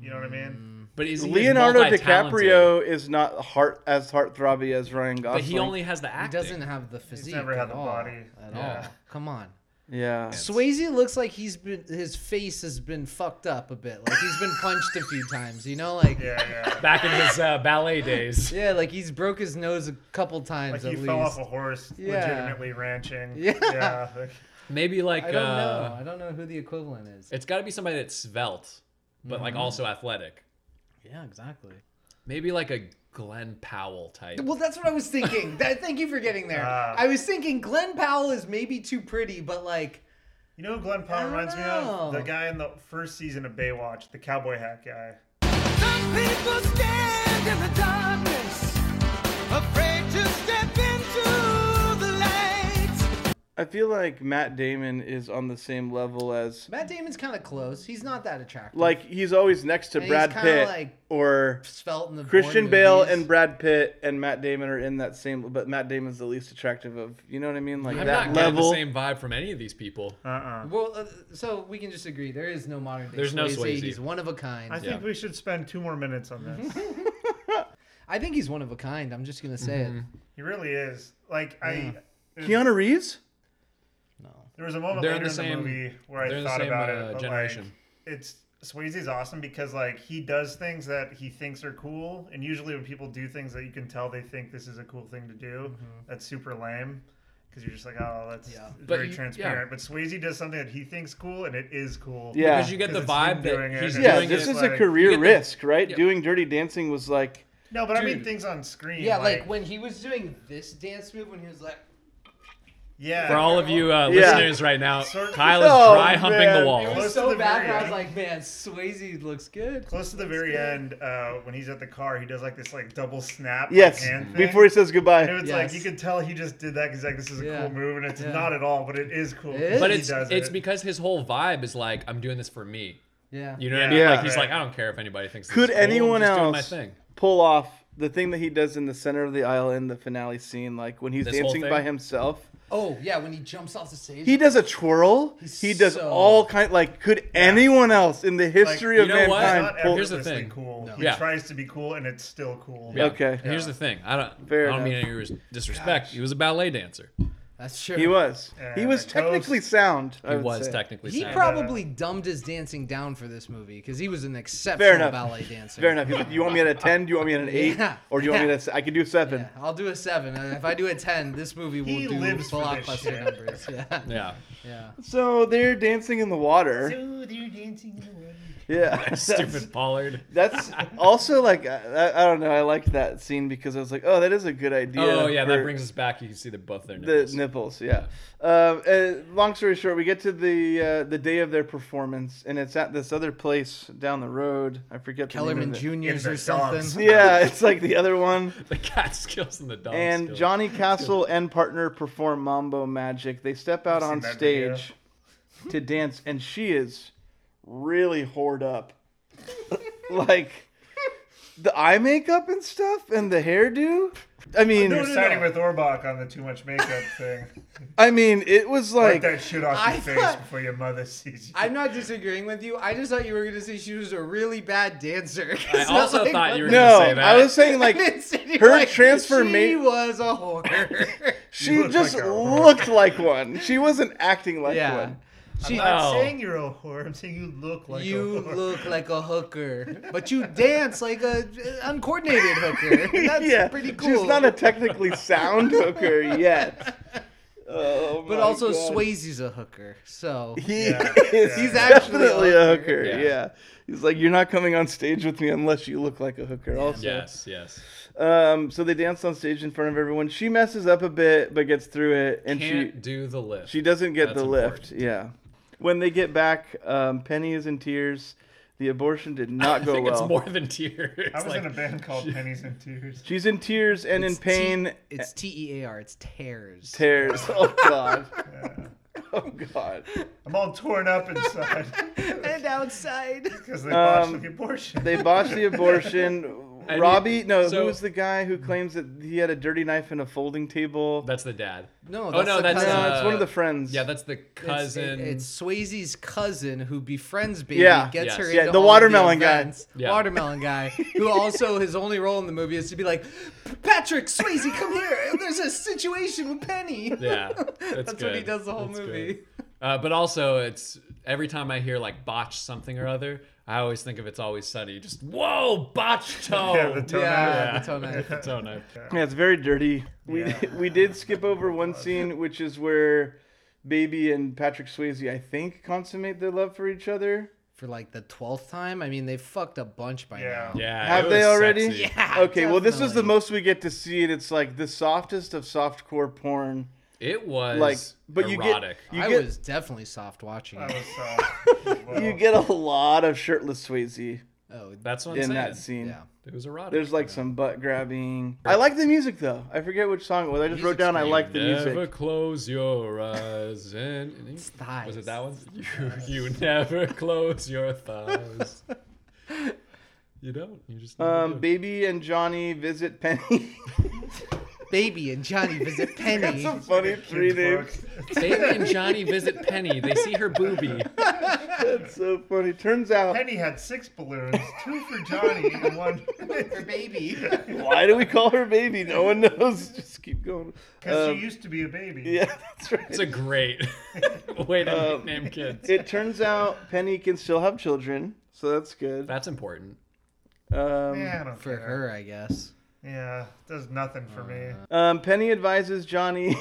S2: You know what I mean?
S13: But is
S12: Leonardo DiCaprio is not heart as heartthrobby as Ryan Gosling.
S13: has the
S1: He doesn't have the physique.
S2: never had
S1: at
S2: the
S1: all,
S2: body.
S1: at
S2: Yeah.
S1: all. Come on.
S12: Yeah.
S1: Swayze looks like he's been his face has been fucked up a bit. Like he's been punched a few times, you know, like
S2: Yeah, yeah.
S13: back in his uh, ballet days.
S1: Yeah, like he's broke his nose a couple times
S2: Like he
S1: at
S2: fell
S1: least.
S2: off a horse,
S1: Yeah.
S2: legitimately ranching.
S1: Yeah.
S2: like-
S13: Maybe like
S1: I don't
S13: uh,
S1: know. I don't know who the equivalent is.
S13: it's got to be somebody that's svelte, but like
S12: Mm-hmm.
S1: Mhm.
S13: also athletic.
S1: Yeah, exactly.
S13: Maybe like a Glenn Powell type.
S1: Well, that's what I was thinking. That- thank you for getting there.
S13: Ah.
S1: I was thinking Glenn Powell is maybe too pretty, but like
S2: You know who Glenn Powell
S1: don't
S2: reminds me of?
S1: know.
S2: The guy in the first season of Baywatch, the cowboy hat guy.
S4: People stand in the darkness, afraid to step into the light.
S12: I feel like Matt Damon is on the same level as
S1: Matt Damon's kind of close. He's not that attractive.
S12: like he's always next to
S1: And he's
S12: Brad
S1: kinda
S12: Pitt
S1: like
S12: or
S1: svelte in the
S12: Christian
S1: Bourne
S12: Bale
S1: movies.
S12: and Brad Pitt and Matt Damon are in that same but Matt Damon's the least attractive of you know what I mean like
S13: I'm
S12: that
S13: not getting
S12: level
S13: the same vibe from any of these people.
S2: Uh-uh.
S1: Well, uh, so we can just agree there is no modern day.
S13: There's no Swayze.
S1: He's one of a kind.
S2: I think we should spend two more minutes on this.
S1: [laughs] I think he's one of a kind. I'm just gonna say it.
S2: he really is. Like I,
S12: Keanu Reeves
S2: there was a moment
S13: They're in
S2: later in
S13: the
S2: the,
S13: same-
S2: movie where
S13: they're in the
S2: I thought
S13: same,
S2: about
S13: uh,
S2: it. But
S13: generation.
S2: Like, it's Swayze's awesome because like he does things that he thinks are cool, and usually when people do things that you can tell they think this is a cool thing to do,
S13: Mm-hmm.
S2: that's super lame. Because you're just like, oh, that's
S13: But
S2: very
S13: you- yeah.
S2: transparent. But Swayze does something that he thinks cool, and it is cool.
S12: Yeah.
S13: Because you get the
S2: it's him
S13: vibe that
S2: doing it,
S13: he's
S2: and
S13: doing
S12: yeah
S2: it's
S12: this
S2: just
S12: is a
S2: like-
S12: career
S13: You get the-
S12: risk right doing Dirty Dancing was like
S2: No, but I mean
S13: Dude.
S2: things on screen.
S1: Yeah, like, when he was doing this dance move when he was like,
S2: yeah.
S13: For all of you uh,
S12: Yeah.
S13: listeners right now,
S2: Sort-
S13: Kyle is
S12: Oh,
S13: dry humping
S12: man.
S13: the
S1: it
S13: wall.
S1: was
S2: Close
S1: so
S2: to the
S1: bad.
S2: very
S1: that I was
S2: end.
S1: like, man, Swayze looks good.
S2: Close to the
S1: Looks
S2: very
S1: good."
S2: end, uh, when he's at the car, he does like this like double snap. like,
S12: yes
S13: Mm-hmm.
S2: hand thing.
S12: before he says goodbye
S2: And it's
S1: Yes.
S2: like you can tell he just did that because like this is a
S1: Yeah.
S2: cool move, and it's
S1: Yeah.
S2: not at all, but it is cool.
S1: It
S2: because
S1: is.
S13: But
S2: he
S13: it's
S2: does
S13: it's
S2: it.
S13: because his whole vibe is like I'm doing this for me.
S1: Yeah.
S13: You know what I
S2: Yeah.
S13: mean? Like
S12: Yeah.
S13: he's like I don't care if anybody thinks. this
S12: could
S13: is cool, I'm
S12: anyone
S13: just doing my
S12: else
S13: thing.
S12: pull off the thing that he does in the center of the aisle in the finale scene like when he's
S13: This whole
S12: dancing
S13: thing?
S12: by himself
S1: Oh yeah, when he jumps off the stage.
S12: he does a twirl
S1: He's
S12: he does
S1: so-
S12: all kind like could anyone else in the history
S2: you
S12: of
S13: know what?
S2: It's
S12: mankind
S2: not
S12: pull-
S13: Here's the
S2: effortlessly
S13: thing.
S2: Cool.
S13: No.
S2: He
S13: Yeah.
S2: tries to be cool, and it's still cool.
S13: Yeah.
S12: Okay.
S13: And here's the thing. I don't.
S12: Fair
S13: I don't mean
S12: enough.
S13: any res- disrespect. He was a ballet dancer.
S1: That's true.
S12: he was he
S2: Yeah,
S12: was
S2: the
S12: technically sound I
S13: He
S12: would
S13: was
S12: say.
S13: technically.
S1: He
S13: sound.
S1: probably dumbed his dancing down for this movie because he was an
S12: fair
S1: exceptional
S12: enough
S1: ballet dancer.
S12: fair enough He's like, you want me at a 10 do you want me at an 8
S1: Yeah.
S12: or do you want me
S1: Yeah.
S12: at a se- i could do 7
S1: Yeah, I'll do a seven. and If I do a ten, this movie will
S2: He
S1: do
S2: lives for this
S1: blockbuster
S2: shit.
S1: numbers. Yeah,
S13: Yeah.
S1: yeah.
S12: so they're dancing in the water
S2: So they're dancing in the water.
S13: [laughs]
S12: yeah That's-
S13: Stupid Pollard.
S12: That's also like uh, I, I don't know. I liked that scene because I was like, oh, that is a good idea.
S13: Oh yeah, that
S12: for
S13: brings us back. You can see the buff there.
S12: the nipples. Yeah. Um, uh, long story short, we get to the uh, the day of their performance, and it's at this other place down the road. I forget. the name
S1: Kellerman
S12: of it.
S1: Juniors
S2: It's
S1: or
S2: a dog's-
S1: something.
S12: Yeah, it's like the other one.
S13: [laughs] the cat skills and the dog
S12: and
S13: skills.
S12: Johnny Castle and partner perform mambo magic. They step out
S2: I've
S12: on
S2: seen that video.
S12: stage to dance, and [laughs] she is really whored up. like the eye makeup and stuff and the hairdo. I mean,
S2: You're siding with Orbach on the too much makeup thing.
S12: I mean, it was
S2: Wipe
S12: like
S2: that shit off
S1: I
S2: your face
S1: thought-
S2: before your mother sees you.
S1: I'm not disagreeing with you. I just thought you were going to say she was a really bad dancer. [laughs]
S2: I also thought you were
S12: No, I was saying
S2: [laughs]
S12: like
S1: And insinuate
S12: her
S1: like She
S12: transformation.
S1: was a whore.
S2: [laughs]
S1: [laughs]
S12: She, just looked like one. She wasn't acting like
S1: Yeah.
S12: one.
S2: I'm
S1: [laughs]
S2: not saying you're a whore. I'm saying you look like
S1: you
S2: a whore.
S1: look like a hooker, but you dance like a uh, uncoordinated
S12: [laughs]
S1: hooker. That's
S12: yeah,
S1: pretty cool.
S12: She's not a technically sound hooker
S1: [laughs]
S12: yet. Oh,
S1: but
S12: my
S1: also
S12: God.
S1: Swayze's a hooker, so
S12: He is
S1: he's actually
S12: definitely a hooker.
S1: Yeah.
S12: Yeah. He's like, you're not coming on stage with me unless you look like a hooker. Also,
S13: Yes, yes.
S12: Um, so they danced on stage in front of everyone. She messes up a bit, but gets through it, and
S13: Can't
S12: she
S13: do the lift.
S12: She doesn't get
S13: That's
S12: the lift. Yeah. When they get back, um, Penny is in tears. The
S1: [laughs]
S12: abortion did not
S13: I
S12: go
S13: think
S12: well.
S13: it's more than tears.
S2: I was
S13: Like,
S2: in a band called Pennies and Tears.
S12: She's in tears and
S1: It's
S12: in
S1: T-
S12: pain.
S1: it's T E A R. It's tears.
S12: Tears. Oh God. [laughs] Oh God.
S2: I'm all torn up
S1: [laughs]
S2: inside
S1: [laughs]
S2: [laughs]
S1: and outside
S2: because they botched
S12: Um,
S2: the abortion.
S12: They botched the abortion.
S13: [laughs] I mean,
S12: Robbie, no,
S13: so-
S12: who was the guy who claims that he had a dirty knife and a folding table?
S13: That's the dad.
S1: [laughs] No,
S13: oh no,
S1: the
S13: that's
S1: cousin.
S13: uh,
S12: it's one of the friends.
S13: Yeah, that's the cousin.
S1: It's, it's Swayze's cousin who befriends baby,
S12: Yeah.
S1: gets
S12: Yes.
S1: her
S12: Yeah,
S1: into
S12: the
S1: all
S12: watermelon
S1: the
S12: guy.
S1: events.
S12: Yeah.
S1: Watermelon guy,
S12: [laughs]
S1: who also his only role in the movie is to be like, Patrick Swayze, come here. There's a situation with Penny. [laughs]
S13: Yeah,
S1: that's,
S13: that's
S1: what he
S13: good.
S1: does the whole
S13: That's
S1: movie.
S13: good. Uh, but also, it's every time I hear like botch something or other, I always think of it's always sunny. Just whoa,
S1: [laughs]
S13: botch toe.
S12: Yeah, the toe
S1: Oh, Yeah,
S12: knife. the toe
S1: knife.
S13: The toe knife.
S12: Yeah, it's very dirty. We [laughs] we did skip over one scene, which is where Baby and Patrick Swayze, I think, consummate their love for each other.
S1: For like the twelfth time, I mean, they fucked a bunch by now.
S13: Yeah,
S12: Have they already?
S1: Yeah.
S12: [laughs] Okay, well, this is the most we get to see it. It's like the softest of softcore porn.
S13: It was
S12: like, but
S13: erotic.
S12: you
S1: I
S12: get you
S1: was definitely soft watching. it.
S12: get you get a lot of shirtless Swayze.
S1: Oh,
S13: that's what I'm
S12: in
S13: saying.
S12: that scene.
S13: It was erotic.
S12: There's like some butt grabbing. I like the music though. I forget which song it was. I just wrote down. I like the
S13: never
S12: music.
S13: close your eyes and was it that one? [laughs] You, you never close your thighs. you don't. You just never
S12: Um, baby and Johnny visit Penny. [laughs]
S1: Baby and Johnny
S13: [laughs]
S1: visit Penny.
S12: That's a funny three names.
S13: Baby and Johnny visit Penny. They see her boobie.
S12: That's so funny. Turns out
S2: Penny had six balloons, two for
S1: [laughs]
S2: Johnny and one for [laughs]
S1: baby.
S12: Why do we call her baby? No one knows. [laughs] Just keep going.
S2: Because
S12: Um,
S2: she used to be a baby.
S12: Yeah, that's right.
S13: It's a great [laughs] way to nickname kids.
S12: It turns out Penny can still have children, so that's good.
S13: That's important.
S12: Um,
S2: Yeah, I don't
S1: for her, I guess.
S2: Yeah, does nothing for me.
S12: um, Penny advises Johnny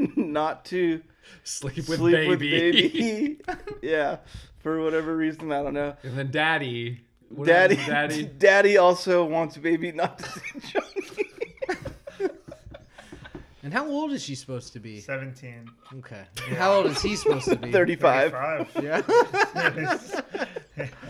S12: [laughs] not to
S13: sleep with baby.
S12: baby. [laughs] yeah, for whatever reason, I don't know.
S13: [laughs] And then Daddy. what
S12: Daddy,
S13: happens to
S12: [laughs] daddy,
S13: Daddy.
S12: also wants baby not to see [laughs] Johnny.
S1: And how old is she supposed to be?
S2: 17.
S13: [laughs]
S1: Okay. And How old is he supposed to be?
S12: 35.
S1: [laughs] Yeah.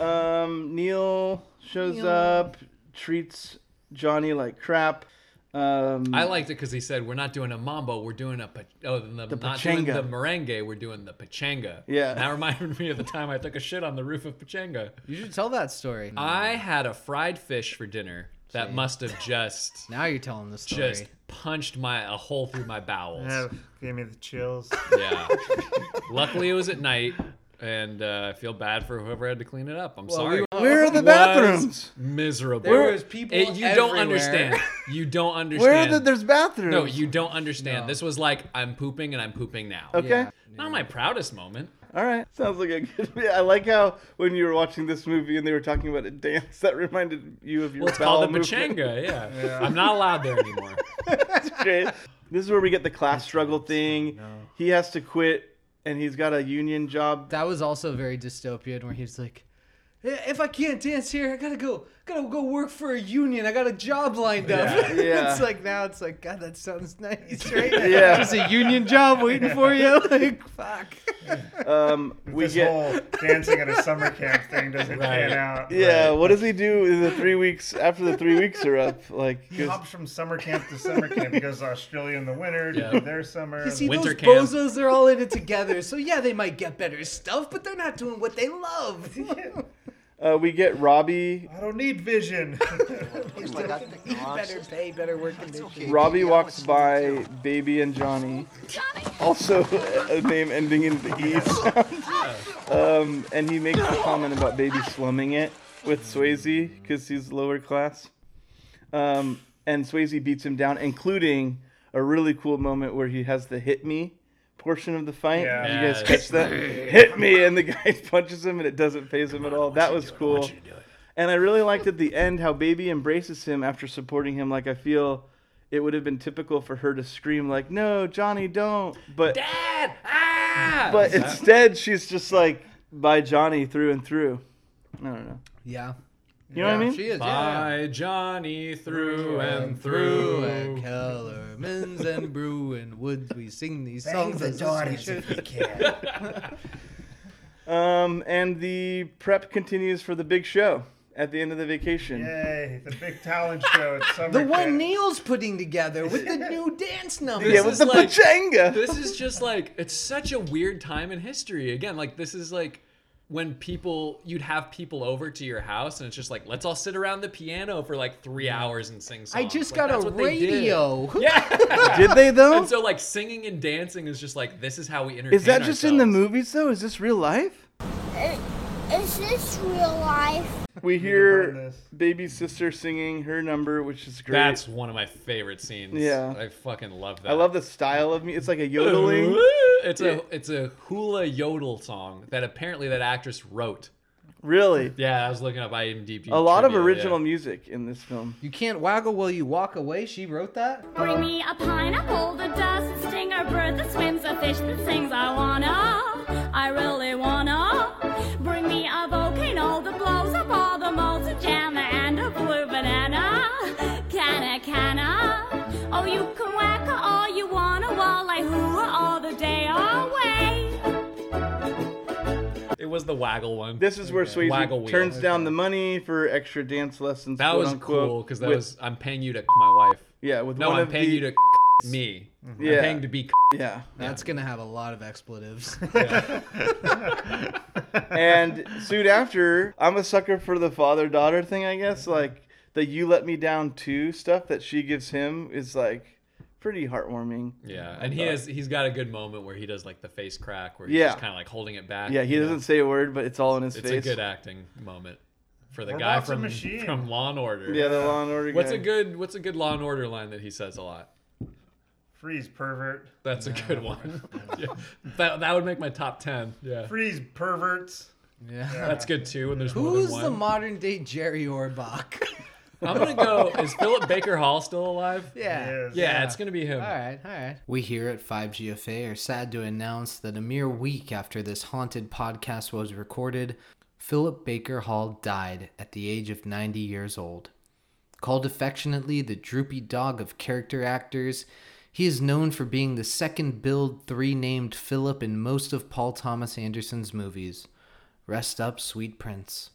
S12: um, Neil shows
S1: Neil.
S12: up, treats Johnny like crap. Um,
S13: I liked it because he said, "We're not doing a mambo. We're doing a pa- oh, the,
S12: The
S13: not doing
S12: pachanga.
S13: the merengue. We're doing the pachanga."
S12: Yeah.
S13: And that reminded me of the time I took a shit on the roof of pachanga.
S1: You should tell that story.
S13: I had a fried fish for dinner that
S1: See?
S13: must
S12: [laughs]
S13: have just
S1: Now you're telling the story.
S13: just punched my a hole through my bowels.
S2: Yeah, gave me the chills.
S13: Yeah. Luckily, it was at night, and uh, I feel bad for whoever had to clean it up. I'm
S1: Well,
S13: sorry.
S1: we were- Where are the
S13: Was
S12: bathrooms?
S13: Miserable.
S12: There was people
S13: It- you
S12: everywhere.
S13: don't understand. You
S12: [laughs]
S13: don't understand.
S12: the- there's bathrooms?
S13: No, you don't understand. This was like I'm pooping and I'm pooping now.
S12: Okay. Yeah.
S13: Not my proudest moment.
S12: All right, sounds like a good. [laughs] Yeah, I like how when you were watching this movie and they were talking about a dance [laughs] that reminded you of your
S13: Well, it's
S12: bowel
S13: called the
S12: movement. [laughs]
S13: pachanga. Yeah. I'm not allowed there anymore.
S12: That's great. This is where we get the class struggle thing. He has to quit, and he's got a union job.
S1: That was also very dystopian, where he's like, "Eh, "If I can't dance here, I gotta go, gotta go work for a union. I got a job lined up."
S12: Yeah.
S1: [laughs]
S12: Yeah.
S1: it's like now, it's like, God, that sounds nice, right?
S12: [laughs] Yeah.
S1: Just a union job waiting for you. [laughs] Like, fuck.
S12: Um, we
S2: this
S12: get.
S2: whole dancing at a summer camp thing doesn't pan out.
S12: yeah, what does he do in the three weeks after the three weeks are up? Like,
S2: He
S12: goes-
S2: hops from summer camp to summer camp. He goes to Australia in the winter, to
S13: Yeah.
S2: their summer.
S1: You see,
S13: Winter
S1: those
S13: camp.
S1: bozos, they're
S13: [laughs]
S1: all in it together. So yeah, they might get better stuff, but they're not doing what they love.
S12: Uh, we get Robbie.
S2: I don't
S1: [laughs]
S2: need vision.
S1: better pay, better work conditions.
S12: Robbie walks by Baby and Johnny, also a name ending in the E sound. Um, and he makes a comment about Baby slumming it with Swayze because he's lower class. Um, and Swayze beats him down, including a really cool moment where he has the hit me portion of the fight.
S17: Yeah.
S12: Did you guys
S17: Yes.
S13: [laughs]
S12: catch that? hit me, and the guy [laughs] punches him, and it doesn't phase him at all. That was cool. And I really liked at the end how Baby embraces him after supporting him. Like I feel it would have been typical for her to scream like, "No, Johnny, don't!" But
S13: Dad, ah!
S12: but
S13: Is that-
S12: instead she's just like by Johnny through and through. I don't know.
S1: Yeah.
S12: You know what I mean?
S1: She is. yeah.
S13: By Johnny through and through.
S1: At Kellerman's and Bruin Woods, we sing these
S13: Bang
S1: songs
S13: the
S1: as we
S13: daughters
S1: should.
S13: if you
S12: Um, and the prep continues for the big show at the end of the vacation.
S2: Yay, the big talent show at summer
S1: [laughs] The one
S2: camp.
S1: Neil's putting together with the new
S13: [laughs]
S1: dance number.
S13: This is like-
S12: pachanga.
S13: This is just like it's such a weird time in history. Again, like this is like when people you'd have people over to your house and it's just like let's all sit around the piano for like three hours and sing songs.
S1: I just
S13: Like,
S1: got
S13: that's
S1: a
S13: what they did.
S1: radio.
S13: Yeah.
S12: Did they, though?
S13: And so like singing and dancing is just like this is how we entertain.
S12: Is that just in the movies though? Is this real life?
S18: Is this real life?
S12: We hear baby sister singing her number, which is great.
S13: That's one of my favorite scenes.
S12: Yeah.
S13: I fucking love that.
S12: I love the style of me. It's like a yodeling.
S13: [laughs] It's
S12: Yeah.
S13: a it's a hula yodel song that apparently that actress wrote.
S12: Really?
S13: Yeah, I was looking up IMDb.
S12: a lot of
S13: trivia, yeah.
S12: original music in this film.
S1: You can't waggle while you walk away. She wrote that.
S19: Bring me a pineapple that doesn't sting, a bird that swims, a fish that sings. I wanna, I really wanna. Bring me a volcano that blows up all the molds, a jam and a blue banana. Canna, canna. Oh, you can whack her all you wanna while I hoo all the day away.
S13: It was the waggle one.
S12: This is where Swayze
S13: Waggle wheel.
S12: turns down the money for extra dance lessons.
S13: That
S12: quote
S13: was
S12: unquote,
S13: cool because that
S12: with-
S13: was I'm paying you to my wife.
S12: Yeah, with
S13: no,
S12: one
S13: I'm
S12: of
S13: paying
S12: the- Mm-hmm.
S13: you to me.
S12: Yeah.
S13: I'm paying to be.
S12: Yeah.
S1: That's gonna have a lot of
S13: [laughs]
S1: expletives.
S12: and soon after, I'm a sucker for the father daughter thing, I guess.
S13: Mm-hmm.
S12: Like the you let me down too stuff that she gives him is like pretty heartwarming.
S13: Yeah, and he has he's got a good moment where he does like the face crack where he's
S12: Yeah.
S13: just kind of like holding it back.
S12: Yeah, he
S13: you know?
S12: doesn't say a word, but it's all in his
S13: It's
S12: face.
S13: a good acting moment for the
S2: Or
S13: guy
S2: Lots of
S13: from
S2: Machine.
S13: from Law and Order.
S12: Yeah, the Law and Order
S13: What's
S12: guy.
S13: a good What's a good Law and Order line that he says a lot?
S2: Freeze, pervert.
S13: That's a good one. [laughs] yeah. That that would make my top ten. Yeah,
S2: Freeze, perverts.
S1: Yeah.
S13: that's good too. And there's
S1: Who's
S13: more
S1: the
S13: than one.
S1: modern day Jerry Orbach?
S13: [laughs] I'm
S1: [laughs]
S13: gonna go. Is Philip Baker Hall still alive?
S1: Yeah.
S13: Yeah, it's gonna be him.
S1: All right, all right.
S20: We here at 5GFA are sad to announce that a mere week after this haunted podcast was recorded, Philip Baker Hall died at the age of 90 years old. Called affectionately the droopy dog of character actors, he is known for being the second billed three named Philip in most of Paul Thomas Anderson's movies. Rest up, sweet prince.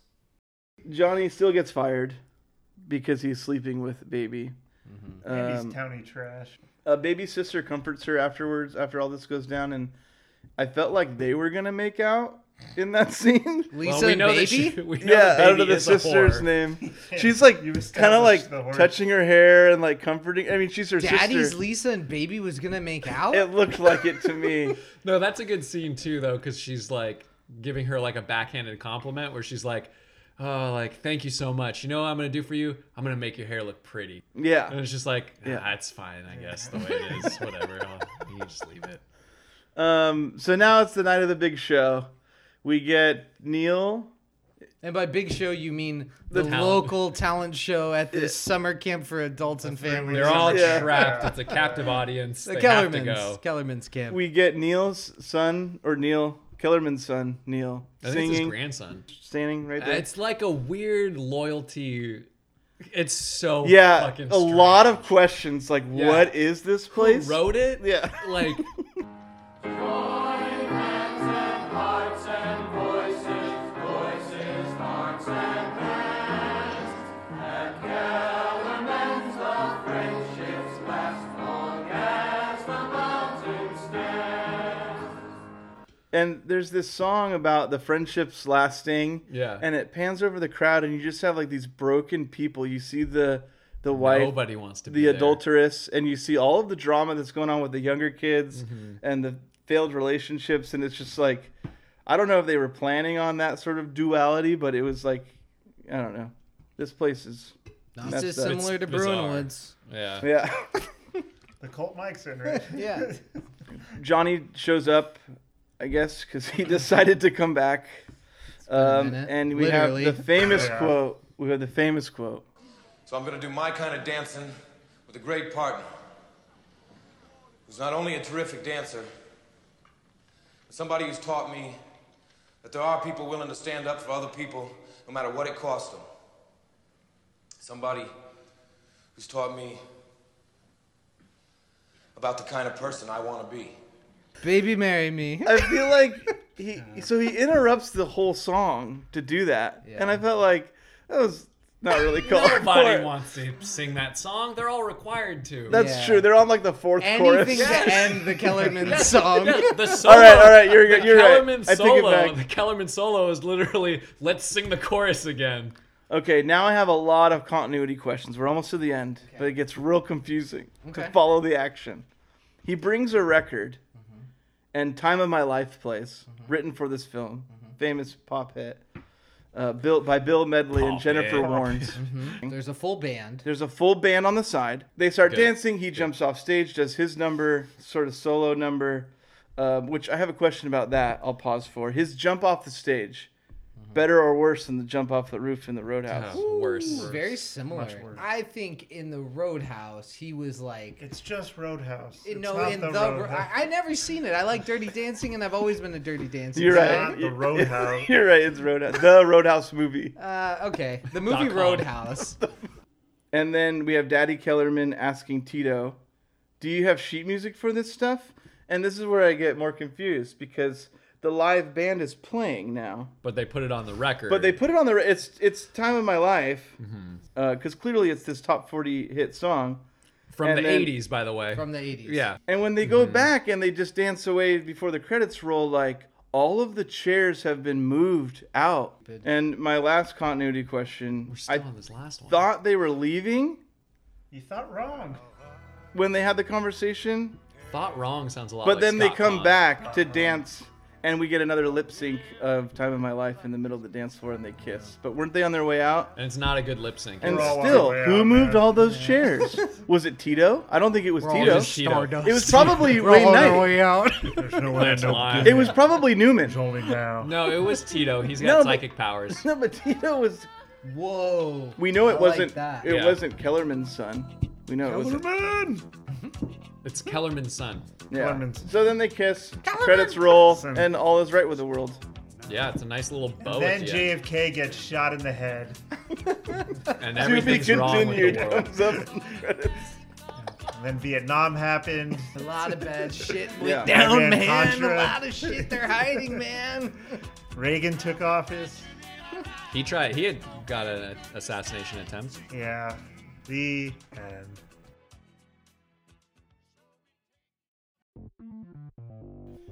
S12: Johnny still gets fired because he's sleeping with baby.
S2: Baby's
S12: Um,
S2: towny trash.
S12: uh, baby sister comforts her afterwards after all this goes down, and I felt like they were gonna make out in that [laughs] scene.
S13: Lisa Well, we know that she- [laughs] Baby? we know
S12: yeah,
S13: that
S12: I don't know
S13: Baby
S12: the
S13: is a
S12: sister's
S13: whore. [laughs]
S12: name. She's like kind of like
S1: established the whore.
S12: touching her hair and like comforting. I mean, she's her
S1: Daddy's
S12: sister.
S1: Lisa and Baby was gonna make out.
S12: It looked like it to me.
S13: No, that's a good scene too, though, because she's like giving her like a backhanded compliment where she's like, "Oh, like thank you so much. You know what I'm gonna do for you? I'm gonna make your hair look pretty."
S12: Yeah.
S13: And it's just like,
S12: Yeah.
S13: yeah, that's fine, I guess, the way
S1: [laughs]
S13: it is. Whatever. I'll- you can just leave it.
S12: Um, so now it's the night of the big show. We get Neil.
S1: And by big show, you mean
S12: The
S1: the,
S12: talent.
S1: local talent show at this summer camp for adults and families.
S13: They're all
S12: Yeah.
S13: trapped. It's a captive audience.
S1: The
S13: they
S1: Kellermans.
S13: have to go.
S1: Kellerman's camp.
S12: We get Neil's son or Neil Kellerman's son, Neil,
S13: I think
S12: singing.
S13: it's his grandson.
S12: Standing right there.
S13: It's like a weird loyalty. It's so
S12: yeah,
S13: fucking
S12: a
S13: strange.
S12: lot of questions. Like,
S13: Yeah.
S12: what is this place?
S13: Who wrote it?
S12: Yeah. [laughs]
S13: Like
S12: and there's this song about the friendships lasting.
S13: Yeah.
S12: And it pans over the crowd, and you just have like these broken people. You see the the wife,
S13: Nobody wants to
S12: the
S13: be there.
S12: adulteress, and you see all of the drama that's going on with the younger kids
S13: Mhm.
S12: and the failed relationships, and it's just like, I don't know if they were planning on that sort of duality, but it was like, I don't know. This place is
S20: Not
S12: messed
S20: just
S12: up.
S20: similar to Bruinwoods.
S13: Yeah.
S12: Yeah. [laughs]
S2: The Colt Mike's in, right?
S20: [laughs]
S1: [laughs]
S20: Yeah.
S12: Johnny shows up, I guess, because he [laughs] decided to come back. Um,
S4: minute.
S12: and we
S4: Literally.
S12: have the famous
S4: Yeah.
S12: quote. We have the famous quote.
S4: So I'm going to do my kind of dancing with a great partner who's not only a terrific dancer, but somebody who's taught me that there are people willing to stand up for other people no matter what it costs them. Somebody who's taught me about the kind of person I want to be.
S12: Baby, marry me. I feel like he. So he interrupts the whole song to do that, and I felt like that was not
S13: [laughs]
S12: really cool.
S13: Nobody wants to sing that song. They're all required to.
S12: That's true. They're on like the fourth chorus.
S13: Anything to end the Kellerman
S12: Yes.
S13: song. Yeah, the
S12: [laughs] all right, all right.
S13: solo-
S12: You're,
S13: the
S12: you're
S13: Kellerman
S12: right. I take it
S13: solo-
S12: back.
S13: The Kellerman solo is literally let's sing the chorus again.
S12: Okay, now I have a lot of continuity questions. We're almost to the end, but it gets real confusing
S13: Okay.
S12: to follow the action. He brings a record and Time of My Life plays, written for this film, famous pop hit, uh, built by Bill Medley and
S20: Pop
S12: Jennifer
S20: hit.
S12: Warnes.
S20: There's a full band.
S12: There's a full band on the side. They start
S20: Good.
S12: dancing. He jumps off stage, does his number, sort of solo number, uh, which I have a question about that. I'll pause for his jump off the stage. Better or worse than the jump off the roof in the roadhouse?
S13: Ooh,
S20: Ooh, Very similar.
S12: Much worse.
S20: I think in the Roadhouse he was like.
S2: It's just Roadhouse. It's
S20: no,
S2: not
S20: in
S2: the
S20: the,
S2: Roadhouse.
S20: I, I never seen it. I like Dirty Dancing, and I've always been a Dirty Dancer.
S12: You're
S20: guy.
S12: right.
S2: the
S12: [laughs]
S2: Roadhouse.
S12: You're right. It's Roadhouse. The Roadhouse movie.
S20: Uh, okay, the
S12: Dot
S20: movie
S12: com.
S20: Roadhouse.
S12: And then we have Daddy Kellerman asking Tito, "Do you have sheet music for this stuff?" And this is where I get more confused because the live band is playing now,
S13: But they put it on the record.
S12: but they put it on the. It's it's time of my life because clearly it's this top forty hit song
S13: from
S12: And
S13: the
S12: then-
S13: '80s, by the way.
S20: From the '80s.
S13: Yeah.
S12: And when they go back and they just dance away before the credits roll, like all of the chairs have been moved out. And my last continuity question: We're still I
S13: on this last one.
S12: Thought they were leaving
S2: You thought wrong.
S12: when they had the conversation,
S13: Thought wrong sounds a lot.
S12: but
S13: like
S12: then they
S13: Scott
S12: come
S13: Pond.
S12: back to dance, and we get another lip sync of "Time of My Life" in the middle of the dance floor, and they kiss. But weren't they on their way out?
S13: And it's not a good lip sync.
S12: And
S13: It's-
S12: still, who moved all those
S13: [laughs]
S12: chairs? Was it Tito? I don't think it was
S13: We're all
S12: Tito.
S13: just Tito.
S12: It was probably
S13: We're all
S12: Wayne
S13: on
S12: Knight.
S13: our way out. That's
S12: no-
S13: lying.
S12: It was
S13: [laughs]
S12: probably Newman.
S13: No, it was Tito. He's got
S12: No, but-
S13: psychic powers.
S12: No, but Tito was.
S20: Whoa.
S12: [laughs] We know
S13: I like
S12: it wasn't.
S13: that.
S12: It
S13: Yeah.
S12: wasn't Kellerman's son. We know it wasn't.
S13: It's Kellerman's son.
S12: Yeah. So then they kiss. Credits roll, and all is right with the world.
S13: Yeah, it's a nice little bow. at
S2: then
S13: the end.
S2: JFK gets shot in the head.
S13: And everything's wrong with the
S12: [laughs]
S13: world.
S2: And then Vietnam happened.
S20: A
S1: [laughs]
S20: lot of bad shit went
S2: Yeah.
S1: Oh,
S20: down,
S2: Iran
S20: man.
S2: Contra.
S20: A lot of shit they're hiding, man.
S2: Reagan took office.
S13: He tried. He had got an assassination attempt.
S2: Yeah. The end.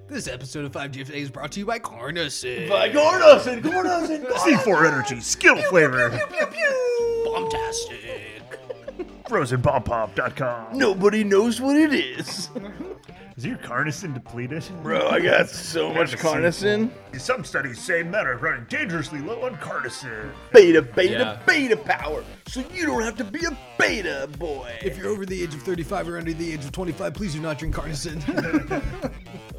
S1: This episode of 5GFA is brought to you by Cornison.
S17: By Cornison, Cornison, Cornison. C4 energy, skill flavor.
S1: Bombastic.
S2: FrozenPopPop.com.
S17: Nobody knows what it is.
S2: Is your carnison depleted?
S17: Bro, I got so much carnosin.
S21: Some studies say men are running dangerously low on carnosin.
S17: Beta, beta,
S21: Yeah.
S17: beta power. So you don't have to be a beta boy.
S1: If you're over the age of 35 or under the age of 25, please do not drink Carnison.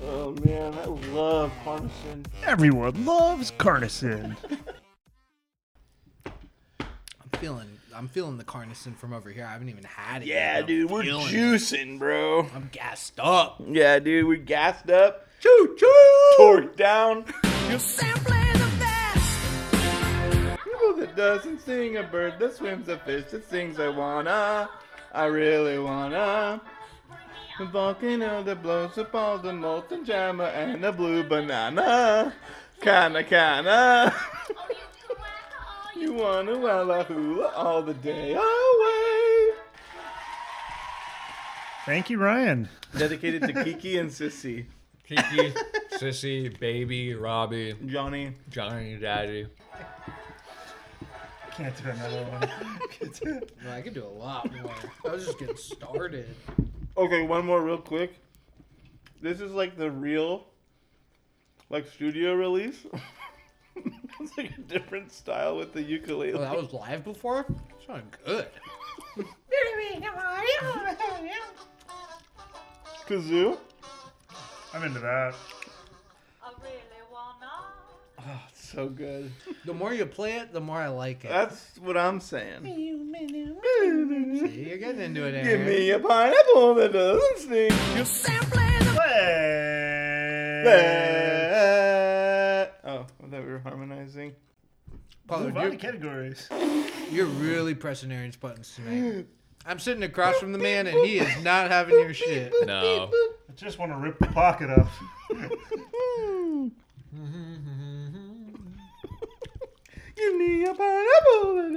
S12: Oh man, I love Carnison.
S21: Everyone loves carnosin.
S20: I'm feeling, I'm feeling the carnison from over here. I haven't even had it.
S17: Yeah,
S20: yet. I'm
S17: dude, we're
S20: feeling it.
S17: juicing, bro.
S20: I'm gassed up.
S17: Yeah, dude, we're gassed up. Choo choo. Torque down.
S12: People that doesn't sing a bird that swims a fish that sings I wanna, I really wanna. The volcano that blows up all the molten jama and the blue banana. Kana kana. Oh, you wanna walla hula all the day away.
S2: Thank you, Ryan.
S12: Dedicated to Kiki and Sissy.
S13: [laughs] Kiki, Sissy, Baby, Robbie,
S12: Johnny,
S13: Johnny, Daddy.
S2: Can't do another one.
S1: I could do a lot more. I was just getting started.
S12: Okay, one more real quick. This is like the real, like studio release. [laughs] it's like a different style with the ukulele.
S1: Oh, that was live before? Sounded good.
S12: kazoo.
S2: I'm into that.
S12: Oh, it's so good.
S1: The more you play it, the more I like it.
S12: That's what I'm saying.
S1: See, you're getting into it,
S12: Give
S1: Aaron.
S12: me a pineapple that doesn't stink. You Oh, I thought we were harmonizing.
S1: Paul,
S2: Move
S1: you-
S2: on to categories.
S1: You're really pressing Aaron's buttons tonight. I'm sitting across from the man, and he is not having your shit.
S13: No.
S2: I just want to rip the pocket off.
S12: Give me a pineapple.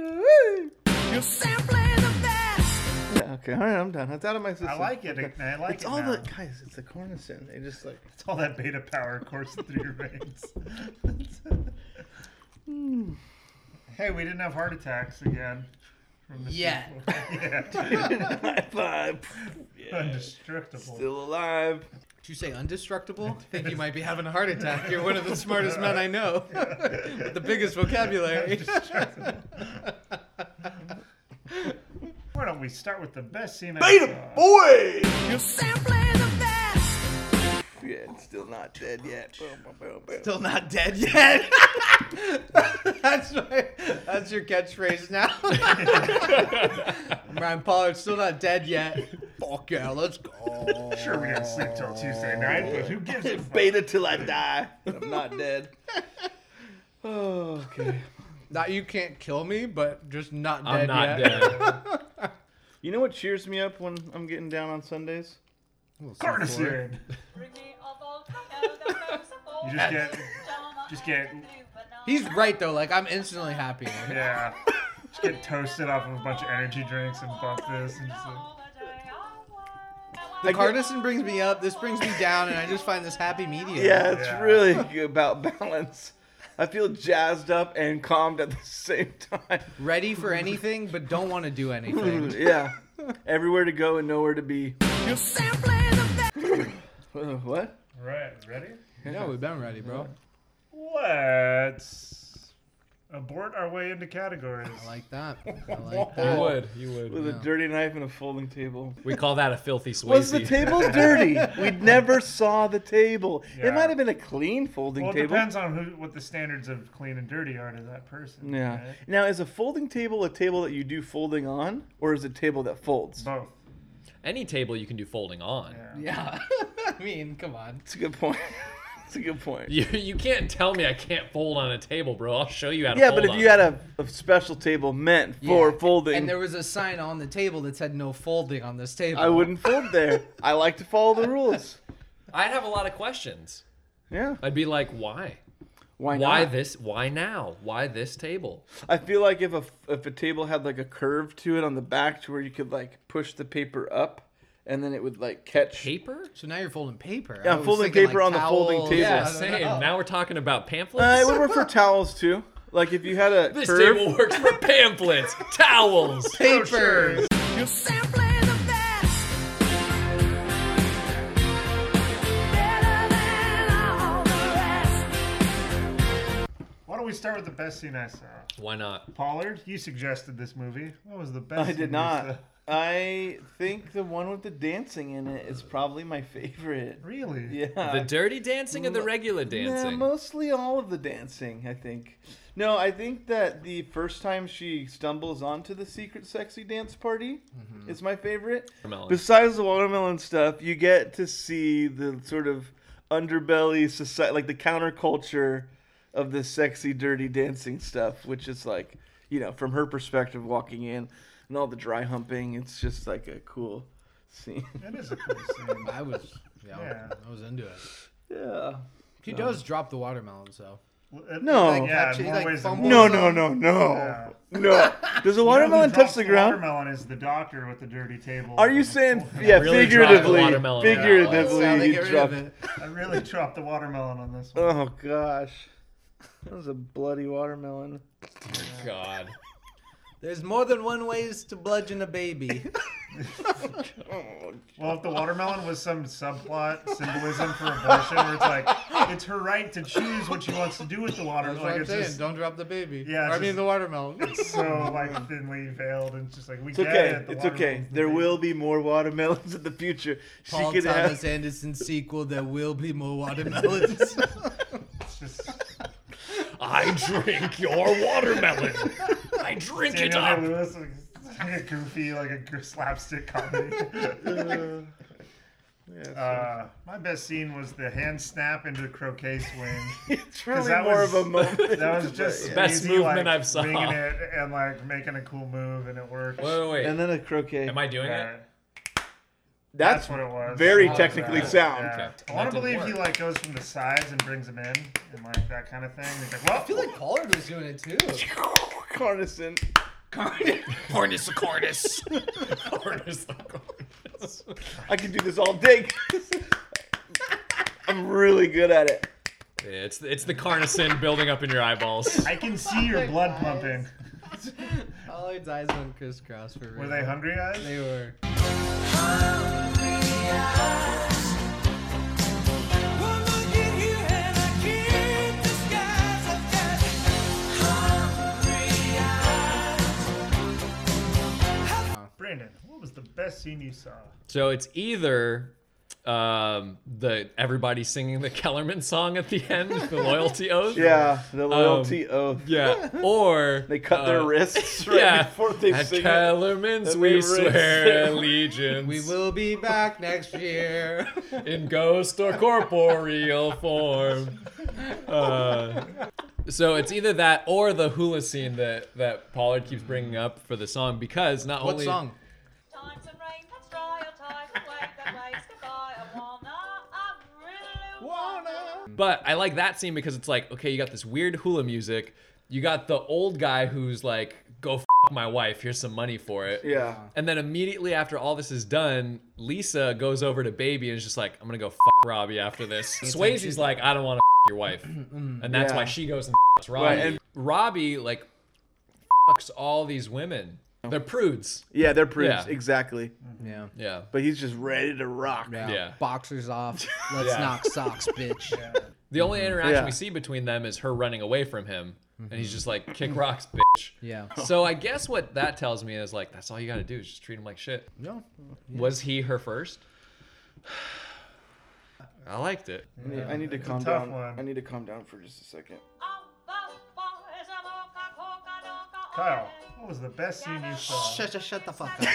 S22: You're simply the best.
S12: Yeah, okay, all right, I'm done. It's out of my system.
S2: I like it.
S12: Okay.
S2: I like
S12: it's
S2: it
S12: all
S2: now.
S12: the guys. It's the cornicin. They just like
S2: It's all that beta power coursing [laughs] through your veins.
S12: Hmm.
S2: hey, we didn't have heart attacks again. From the
S1: Yet.
S2: sequel. yeah.
S12: [laughs] high five. [laughs]
S2: Undestructible.
S12: Still alive.
S1: Did you say
S13: [laughs]
S1: indestructible? I think you might be having a heart attack. You're one of the smartest men I know. [laughs] With the biggest vocabulary.
S2: Why don't we start with the best scene? I saw?
S12: boy.
S22: You're simply the best.
S12: Yeah, it's still not dead yet. Boom, boom, boom, boom.
S1: [laughs] Still not dead yet. [laughs] that's my, that's your catchphrase now. [laughs] Ryan Pollard's still not dead yet. Fuck yeah, let's go.
S2: Sure, we didn't sleep till Tuesday night, but who gives a fuck?
S12: Beta till I die. I'm not dead. Oh, okay.
S1: Not you can't kill me, but just not dead
S13: I'm not
S1: yet.
S13: dead.
S12: You know what cheers me up when I'm getting down on Sundays?
S2: Carnison. You just get, just get,
S1: He's right though. Like I'm instantly happy.
S2: yeah, just get toasted off of a bunch of energy drinks and bump this and just like,
S1: The Cardison brings me up. This brings me down, and I just find this happy medium.
S12: Yeah, it's really good about balance. I feel jazzed up and calmed at the same [laughs] time.
S1: Ready for anything, but don't want to do
S13: [laughs]
S1: anything.
S12: yeah. Everywhere to go and nowhere to be.
S22: You're simply the best.
S12: Uh, [laughs] What?
S2: right, ready?
S1: Yeah, we've been ready, bro.
S2: Let's abort our way into categories.
S1: I like
S2: [laughs]
S1: that. I like
S13: You
S1: that.
S13: would. You would.
S12: With a dirty knife and a folding table.
S13: We call that a filthy swayze.
S12: Was the
S2: [laughs]
S12: table dirty? We never saw the table.
S2: Yeah.
S12: It might have been a clean folding
S2: Well, it
S12: table.
S2: depends on who, what the standards of clean and dirty are to that person.
S12: Yeah.
S2: right?
S12: Now, is a folding table a table that you do folding on, or is it a table that folds?
S2: Both.
S13: Any table you can do folding on.
S1: Yeah. [laughs] I mean, come on.
S12: It's a good point. [laughs] It's a good point.
S13: You, you can't tell me I can't fold on a table, bro. I'll show you how to
S12: yeah,
S13: fold
S12: but if
S13: on
S12: you
S13: it.
S12: had a, a special table meant for folding,
S1: And there was a sign on the table that said no folding on this table.
S12: I wouldn't fold there. I like to follow the rules.
S13: I'd have a lot of questions.
S12: Yeah.
S13: I'd be like, why?
S12: Why
S13: Why
S12: not?
S13: this? Why now? Why this table?
S12: I feel like if a if a table had like a curve to it on the back to where you could like push the paper up, and then it would like catch.
S13: Paper?
S1: So now you're folding paper.
S12: Yeah,
S1: I
S12: I'm
S1: was
S12: folding
S1: thinking,
S12: paper
S1: like,
S12: on the folding
S1: towels.
S12: table.
S13: Yeah,
S1: I don't
S13: same.
S1: know.
S13: Now we're talking about pamphlets.
S12: Uh,
S13: [laughs]
S12: it would work for towels too. Like if you had a
S13: this
S12: curve.
S13: table works for pamphlets, towels.
S1: Paper.
S22: You're simply the best. Better than all the rest.
S2: Why don't we start with the best scene I saw?
S13: Why not?
S2: Pollard, you suggested this movie. What was the
S12: [laughs]
S2: best?
S12: I
S2: scene
S12: did
S2: you
S13: [laughs]
S12: not.
S2: saw?
S12: I think the one with the dancing in it is probably my favorite.
S2: [laughs] Really?
S12: Yeah.
S13: The dirty dancing or
S12: Mm.
S13: the regular dancing?
S12: Nah, mostly all of the dancing, I think. No, I think that the first time she stumbles onto the secret sexy dance party
S13: Mm-hmm.
S12: is my favorite.
S13: Watermelon.
S12: Besides the watermelon stuff, you get to see the sort of underbelly society, like the counterculture of the sexy, dirty dancing stuff, which is like, you know, from her perspective, walking in and all the dry humping. It's just like a cool scene. [laughs]
S2: That is a cool scene.
S1: I was, yeah,
S2: Yeah.
S1: I was into it.
S12: yeah.
S1: He does drop the watermelons though.
S2: uh,
S12: No.
S2: Like, yeah, more ways than one.
S12: no, no, no, no,
S2: Yeah.
S12: no. Does a
S2: You know who
S12: watermelon touch
S2: drops
S12: the ground?
S2: Watermelon is the doctor with the dirty table.
S12: Are you
S2: [laughs]
S12: saying, yeah,
S2: really dropped the
S12: figuratively,
S2: watermelon in that
S12: figuratively,
S2: one.
S12: he dropped.
S2: I really dropped the watermelon on this one.
S12: Oh gosh, that was a bloody watermelon. [laughs]
S13: God.
S1: There's more than one ways to bludgeon a
S2: [laughs]
S1: baby.
S2: Well, if the watermelon was some subplot symbolism for abortion, where it's like it's her right to choose what she wants to do with the watermelon,
S9: That's what
S2: like,
S9: I'm
S2: it's
S9: saying.
S2: just
S9: Don't drop the baby.
S2: Yeah,
S9: Or, I mean the
S12: [laughs]
S9: watermelon.
S2: It's so like thinly veiled and just like we
S12: It's
S2: get
S12: okay.
S2: it. the
S12: It's okay.
S2: watermelon's the
S12: There
S2: baby.
S12: will be more watermelons in the future.
S9: Paul
S12: could have- [laughs]
S9: Thomas Anderson sequel. There will be more watermelons. [laughs]
S13: I drink your watermelon. I drink it
S2: Daniel
S13: up.
S2: Day-Lewis, like, it's like [laughs] a goofy, like a gr- slapstick comedy.
S12: [laughs]
S2: Uh, my best scene was the hand snap into croquet swing.
S12: [laughs]
S2: [laughs] it's
S12: really more of a moment. [laughs]
S2: [laughs] That was just
S13: Best
S2: easy,
S13: movement
S2: like,
S13: I've saw.
S2: winging it and like making a cool move, and it worked.
S13: Wait, wait, wait. And
S12: then a croquet.
S13: Am I doing
S2: Yeah.
S13: it?
S2: That's, what it was.
S12: very
S2: Oh,
S12: technically
S2: yeah.
S12: sound.
S2: Yeah.
S12: Okay.
S2: I want
S12: That
S2: to
S12: didn't
S2: believe he
S12: work.
S2: like goes from the sides and brings them in and like that kind of thing. He's like, well,
S9: I feel like Pollard was doing it
S1: [laughs]
S9: too.
S12: [laughs] Carnison.
S13: Cornus the cornus. Cornus the cornus.
S12: [laughs] I could do this all day. [laughs] I'm really good at it.
S13: [laughs] It's it's the carnosine building up in your eyeballs.
S2: I can see your blood pumping.
S9: Pollard's eyes went crisscross for real.
S2: Were they hungry eyes?
S9: They were.
S2: Brandon, what was the best scene you saw?
S13: So it's either um, the everybody singing the Kellerman song at the
S12: [laughs]
S13: end, the loyalty oath.
S12: Yeah, the loyalty oath.
S13: Um, Yeah, or uh,
S12: They cut their
S13: [laughs]
S12: wrists right
S13: yeah,
S12: before they
S13: at
S12: sing it.
S13: Kellerman's
S12: And they
S13: we
S12: raise
S13: swear
S12: [laughs] their-
S13: allegiance.
S9: We will be back next year.
S13: in ghost or corporeal
S12: [laughs]
S13: form. Uh, so it's either that or the hula scene that that Pollard keeps bringing up for the song because
S9: [laughs]
S13: not
S9: What
S13: only
S9: song?
S13: But I like that scene because it's like, okay, you got this weird hula music. You got the old guy who's like, go f my wife. Here's some money for it.
S12: Yeah.
S13: And then immediately after all this is done, Lisa goes over to Baby and is just like, I'm going to go f Robbie after this.
S9: It's
S13: Swayze's like, I don't want to f your wife. And that's
S9: Yeah.
S13: why she goes and f's Robbie.
S12: Right, and-
S13: Robbie, like, fucks all these women. They're prudes.
S12: Yeah, they're prudes.
S13: Yeah.
S12: Exactly.
S9: Yeah.
S13: Yeah.
S12: But he's just ready to rock.
S9: Yeah. Boxers [laughs] off. Let's
S13: Yeah.
S9: knock socks, bitch.
S2: [laughs]
S13: The only interaction
S9: Yeah.
S13: we see between them is her running away from him, and he's just like, "Kick rocks, bitch."
S9: Yeah.
S13: So I guess what that tells me is like, that's all you got to do is just treat him like shit.
S9: No.
S13: Was he her first? I liked it.
S12: I need, I need to calm down. I need to calm down for just a second.
S2: Kyle, what was the best scene you saw?
S9: Shut, shut, shut the fuck up.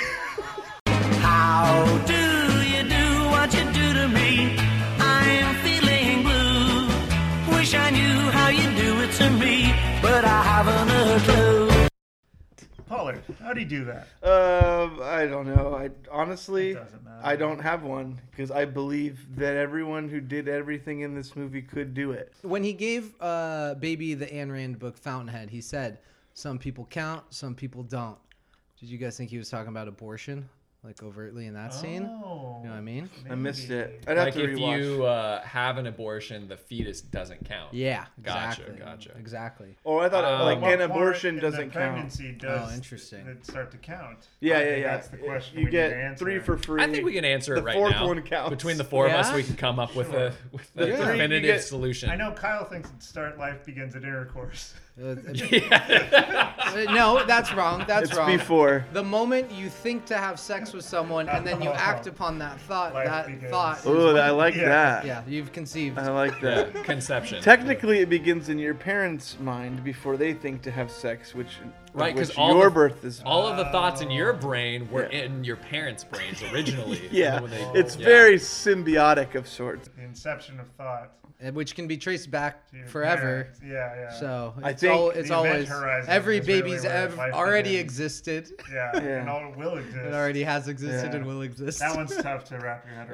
S22: How do you do what you do to me? I'm feeling blue. Wish I knew how you do it to me, but I haven't a clue.
S2: Pollard, how do you do that?
S12: Um, I don't know. I honestly,
S2: doesn't matter.
S12: I don't have one because I believe that everyone who did everything in this movie could do it.
S1: when he gave uh, baby the Ayn Rand book Fountainhead, he said, "Some people count, some people don't." Did you guys think he was talking about abortion, like overtly in that scene? You
S2: Oh.
S1: know what I mean?
S12: I missed it. I'd have
S13: Like
S12: to
S13: if
S12: rewatch.
S13: you uh, have an abortion, the fetus doesn't count.
S1: Yeah.
S13: Gotcha.
S1: Exactly.
S13: Gotcha.
S1: Exactly.
S12: Oh, I thought
S13: Um,
S12: like
S13: Well,
S12: an
S13: more
S12: abortion
S2: in the
S12: doesn't count.
S2: pregnancy does
S1: Oh, interesting.
S2: it start to count?
S12: Yeah,
S2: I
S12: yeah,
S2: think
S12: yeah.
S2: That's the question.
S12: You
S2: we
S12: get
S2: need to answer.
S12: three for free.
S13: I think we can answer
S12: the
S13: it right
S12: fourth
S13: now.
S12: One counts.
S13: Between the four of us,
S12: Yeah?
S13: we can come up with
S2: Sure.
S13: a with a
S12: The three, you
S13: definitive
S12: get-
S13: solution.
S2: I know Kyle thinks that start life begins at intercourse. [laughs]
S1: Uh, no, that's wrong. That's
S12: It's
S1: wrong.
S12: before.
S1: the moment you think to have sex with someone, and then you act upon that thought. that thought. is
S12: Ooh,
S1: when-
S12: I like that.
S1: Yeah, you've conceived.
S12: I like that.
S13: Conception.
S12: Technically, it begins in your parents' mind before they think to have sex, which uh,
S13: Right, because
S12: Which
S13: all
S12: your
S13: the-
S12: birth is-
S13: all of the thoughts in your brain were
S12: Oh. Yeah.
S13: in your parents' brains originally. and
S12: [laughs] yeah,
S13: then when they-
S12: it's
S13: yeah.
S12: very symbiotic of sorts.
S2: The inception of thought.
S1: Uh, which can be traced back forever.
S2: parents. Yeah, yeah.
S1: So
S2: I
S1: it's,
S2: think-
S1: al- it's
S2: The event
S1: always
S2: horizon
S1: every
S2: is really
S1: baby's
S2: where
S1: ev-
S2: life
S1: already
S2: begins.
S1: existed. [laughs]
S2: Yeah, and all will exist.
S1: It already has existed and will exist.
S2: That one's [laughs] tough to wrap your head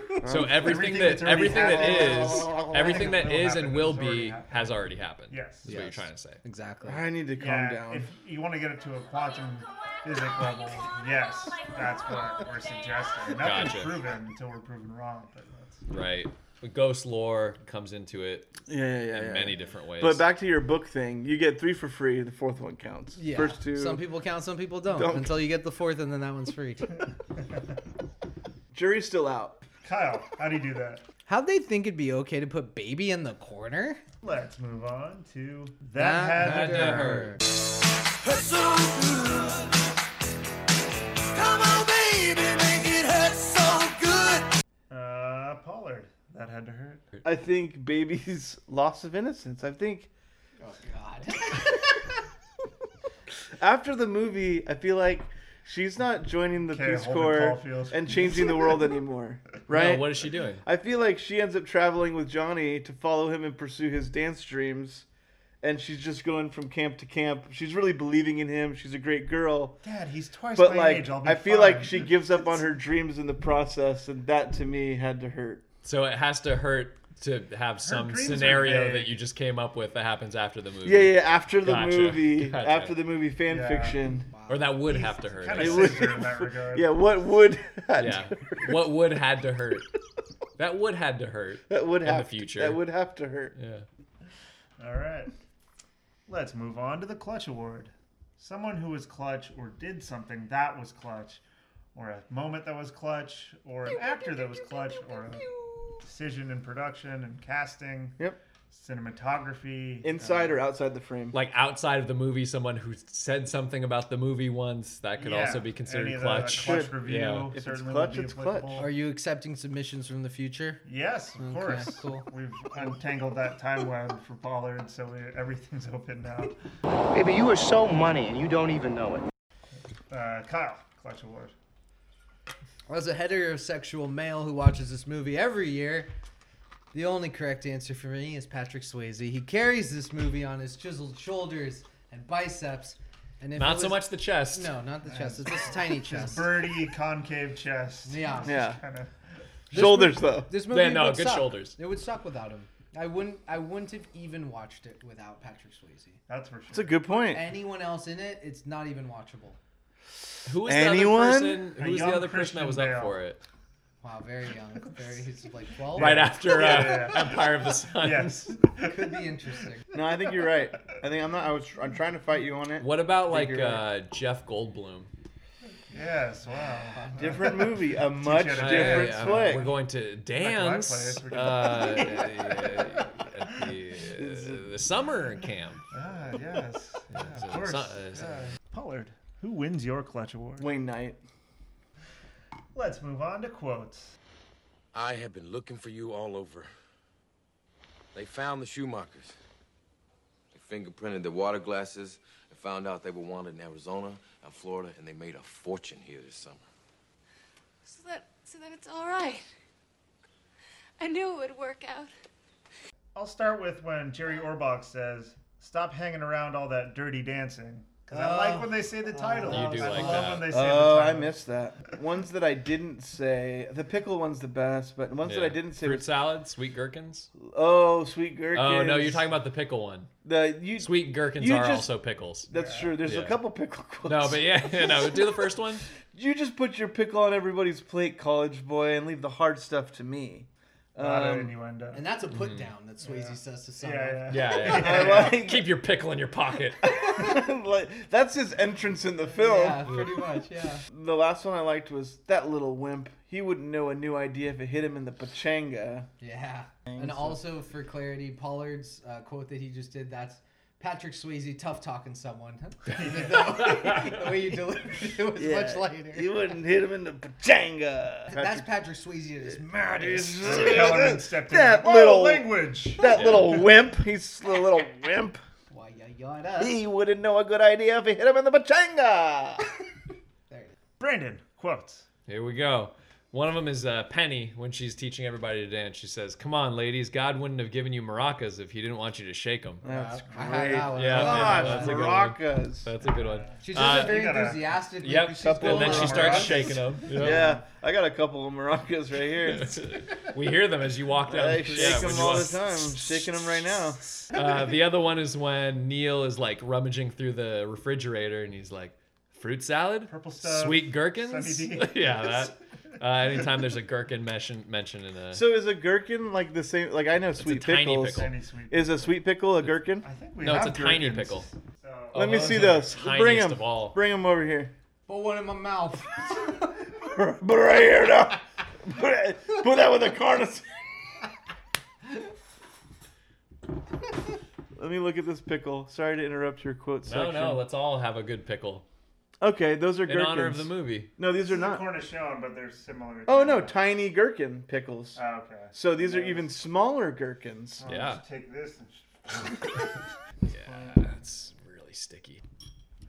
S2: around.
S13: So everything
S2: Um, that's
S13: that
S2: already
S13: everything that
S2: happened-
S13: is, everything that is
S2: happen
S13: and will
S2: has
S13: be
S2: happened.
S13: has already happened.
S2: Yes.
S13: is what you're trying to say.
S1: [laughs] Exactly.
S12: I need to calm
S2: Yeah,
S12: down.
S2: If you want to get it to a quantum physics level, yes, that's what we're suggesting. Nothing's
S13: Gotcha.
S2: proven until we're proven wrong. But that's,
S13: Right. Ghost lore comes into it.
S12: Yeah, yeah, yeah.
S13: in
S12: yeah.
S13: many different ways.
S12: But back to your book thing, you get three for free. The fourth one counts.
S1: Yeah.
S12: First two.
S1: Some people count, some people don't,
S12: Don't.
S1: Until you get the fourth, and then that one's
S2: [laughs]
S1: free.
S12: Jury's still out.
S2: Kyle, how do you do that?
S1: How'd they think it'd be okay to put baby in the corner?
S2: Let's move on to that,
S1: That
S2: had, to
S1: Had to Hurt.
S2: hurt.
S22: Hurts so good. Come on, baby, make it hurt so good.
S2: Uh, Pollard, that had to hurt.
S12: I think baby's [laughs] loss of innocence. I think
S1: Oh God.
S12: after the movie, I feel like she's not joining the
S2: Okay,
S12: Peace
S2: Holden
S12: Corps
S2: Caulfield.
S12: and changing the world anymore. Right?
S13: No, what is she doing?
S12: I feel like she ends up traveling with Johnny to follow him and pursue his dance dreams. And she's just going from camp to camp. She's really believing in him. She's a great girl.
S2: Dad, he's twice
S12: but
S2: my
S12: like,
S2: age. I'll be
S12: I feel
S2: fine.
S12: like she
S2: [laughs]
S12: gives up on her dreams in the process, and that to me had to hurt.
S13: So it has to hurt to have some
S12: dreams are
S13: scenario
S12: vague.
S13: that you just came up with that happens after the movie.
S12: Yeah, yeah. After the
S13: Gotcha.
S12: movie,
S13: Gotcha.
S12: after the movie fan
S13: Yeah.
S12: fiction.
S13: Or that would have to hurt.
S12: It would- yeah, what would [laughs] had
S13: Yeah.
S12: to hurt?
S13: What would had to hurt? That would had to hurt.
S12: That would
S13: in
S12: have
S13: the
S12: to-
S13: future.
S12: that would have to hurt.
S13: Yeah.
S2: All right. Let's move on to the Clutch Award. Someone who was clutch or did something that was clutch, or a moment that was clutch, or an actor that was clutch, or a decision in production and casting.
S12: Yep.
S2: Cinematography.
S12: Inside
S2: Uh,
S12: or outside the frame?
S13: Like outside of the movie, someone who said something about the movie once that could
S2: Yeah,
S13: also be
S2: any
S13: considered
S2: of the- a
S13: clutch.
S2: clutch review
S13: Yeah.
S2: If it's certainly clutch, would be it's clutch. applicable.
S1: [laughs] Are you accepting submissions from the future?
S2: Yes, of
S1: Okay,
S2: course.
S1: Cool.
S2: We've untangled that time web for Pollard, so we, everything's [laughs] open now.
S23: Baby, you are so money and you don't even know it.
S2: Uh, Kyle, Clutch Award.
S1: As a heterosexual male who watches this movie every year, the only correct answer for me is Patrick Swayze. He carries this movie on his chiseled shoulders and biceps. And if
S13: Not
S1: it
S13: so
S1: was-
S13: much the
S1: [laughs]
S13: chest.
S1: No, not the chest. It's this
S13: [laughs]
S1: tiny
S2: His
S1: chest.
S2: birdie concave chest.
S1: Yeah.
S2: It's
S12: Yeah.
S2: kinda-
S1: This
S12: Shoulders,
S1: movie-
S12: though.
S1: This movie
S13: Yeah, no,
S1: would
S13: good
S1: suck.
S13: shoulders.
S1: It would suck without him. I wouldn't. I wouldn't have even watched it without Patrick Swayze.
S2: That's for sure.
S12: That's a good point.
S1: Anyone else in it, it's not even watchable.
S13: Who was
S12: Anyone?
S13: the other person?
S12: A
S13: Who was the
S12: young
S13: other person that was
S12: Christian
S13: up for it?
S1: Wow, very young.
S13: [laughs]
S1: Very, he's like twelve.
S13: Right [laughs] after uh,
S12: Yeah, yeah, yeah.
S13: Empire of the Sun.
S12: Yes. [laughs]
S1: Could be interesting.
S12: No, I think you're right. I think I'm not. I was. I'm trying to fight you on it.
S13: What about
S12: I
S13: like
S12: think you're right.
S13: uh, Jeff Goldblum?
S2: Yes, wow.
S1: Um,
S12: Different
S2: [laughs]
S12: movie, a much
S13: Hey,
S12: different
S13: uh,
S12: flick.
S13: We're going to
S2: place,
S13: dance
S2: we're
S13: uh,
S2: going-
S13: at the,
S12: [laughs]
S13: uh, the summer camp.
S2: Ah, yes.
S13: So
S2: Yeah, of
S13: it's
S2: course.
S13: not- it's-
S2: Yeah. Pollard, who wins your Clutch Award?
S12: Wayne Knight.
S2: Let's move on to quotes.
S24: I have been looking for you all over. They found the Schumachers.
S4: They fingerprinted their water glasses and found out they were wanted in Arizona and Florida, and they made a fortune here this summer.
S10: So that so that it's all right. I knew it would work out.
S2: I'll start with when Jerry Orbach says, Stop hanging around all that dirty dancing. Because I
S1: Oh.
S2: like when they say the title.
S12: You do
S2: I
S12: like
S2: love when they say
S12: Oh,
S2: the
S12: I
S2: title.
S12: missed that. Ones that I didn't say. The pickle one's the best, but ones that I
S13: Yeah.
S12: didn't say.
S13: Fruit
S12: was-
S13: salad, sweet gherkins.
S12: oh, sweet gherkins.
S13: Oh no, you're talking about the pickle one.
S12: the you,
S13: Sweet gherkins
S12: you
S13: are
S12: just-
S13: also pickles.
S12: That's true. There's a
S13: Yeah.
S12: couple pickle [laughs] quotes.
S13: No, but yeah, [laughs] no. Do the first
S12: [laughs]
S13: one.
S12: You just put your pickle on everybody's plate, college boy, and leave the hard stuff to me.
S2: Lot of
S12: Um,
S2: innuendo.
S1: And that's a
S13: Mm.
S1: put down that Swayze says to someone.
S2: Yeah,
S13: Yeah,
S12: I
S13: yeah.
S12: like- [laughs]
S13: Keep your pickle in your pocket.
S12: like, that's his entrance in the film.
S13: Yeah, pretty
S1: much, yeah.
S12: The last one I liked was that little wimp. He wouldn't know a new idea if it hit him in the pachanga.
S1: Yeah. And
S12: So-
S1: also for clarity, Pollard's uh, quote that he just did, that's Patrick Swayze tough talking
S13: [laughs]
S1: someone. [laughs] Even though the way you delivered it was
S12: Yeah,
S1: much lighter.
S12: He wouldn't hit him in the pachanga.
S1: That's Patrick Swayze at his maddest.
S2: Kellerman stepped in.
S12: That
S2: Whoa,
S12: little
S2: language.
S12: That
S2: Yeah.
S12: little wimp. He's a little wimp.
S1: Why, yeah,
S20: yell at us.
S17: He wouldn't know a good idea if he hit him in the pachanga.
S2: Brandon, quotes.
S13: Here we go. One of them is uh, Penny when she's teaching everybody to dance. She says, "Come on, ladies, God wouldn't have given you maracas if He didn't want you to shake them."
S12: That's
S13: yeah,
S12: great.
S13: yeah,
S12: Gosh,
S13: that's a good one.
S12: maracas.
S13: That's a good one. Uh,
S12: She
S1: does it very enthusiastic, like
S13: Yep.
S1: she's
S13: and then
S12: of
S13: she starts
S12: maracas.
S13: shaking them.
S12: Yeah, I got a couple of maracas
S13: [laughs]
S12: right here.
S13: we hear them as you walk down.
S12: I
S13: the-
S12: shake
S13: yeah, when
S12: them
S13: you
S12: all
S13: walk-
S12: the time. I'm shaking them right now.
S13: [laughs] Uh, the other one is when Neil is like rummaging through the refrigerator and he's like, fruit salad, purple
S12: stuff,
S13: sweet gherkins.
S12: sunny
S13: [laughs]
S12: D.
S13: yeah, that. Uh, anytime there's a gherkin mention mentioned in a.
S12: So is a gherkin like the same? Like I know sweet
S13: tiny
S12: pickles.
S13: pickle. Tiny sweet
S12: Is a sweet pickle a gherkin? I think
S13: we No, it's have a tiny gherkins. pickle.
S12: Let me
S13: Oh,
S12: see
S13: those are
S12: those.
S13: the
S12: Bring
S13: tiniest
S12: them.
S13: of all.
S12: Bring them over here. [laughs]
S1: Put one in my
S13: [laughs]
S1: mouth.
S12: But right here now. Put, it- put that with a carnation. [laughs] Let me look at this pickle. Sorry to interrupt your quote
S13: no,
S12: section.
S13: no, let's all have a good pickle.
S12: Okay, those are
S13: In
S12: gherkins.
S13: honor of the movie.
S12: No, these
S2: This
S12: are
S2: is a
S12: not.
S2: Cornichon, but they're similar.
S12: Oh no, tiny gherkin pickles.
S2: Oh, okay.
S12: So these are even smaller gherkins.
S2: Oh, just Take this. And
S13: yeah, it's really sticky.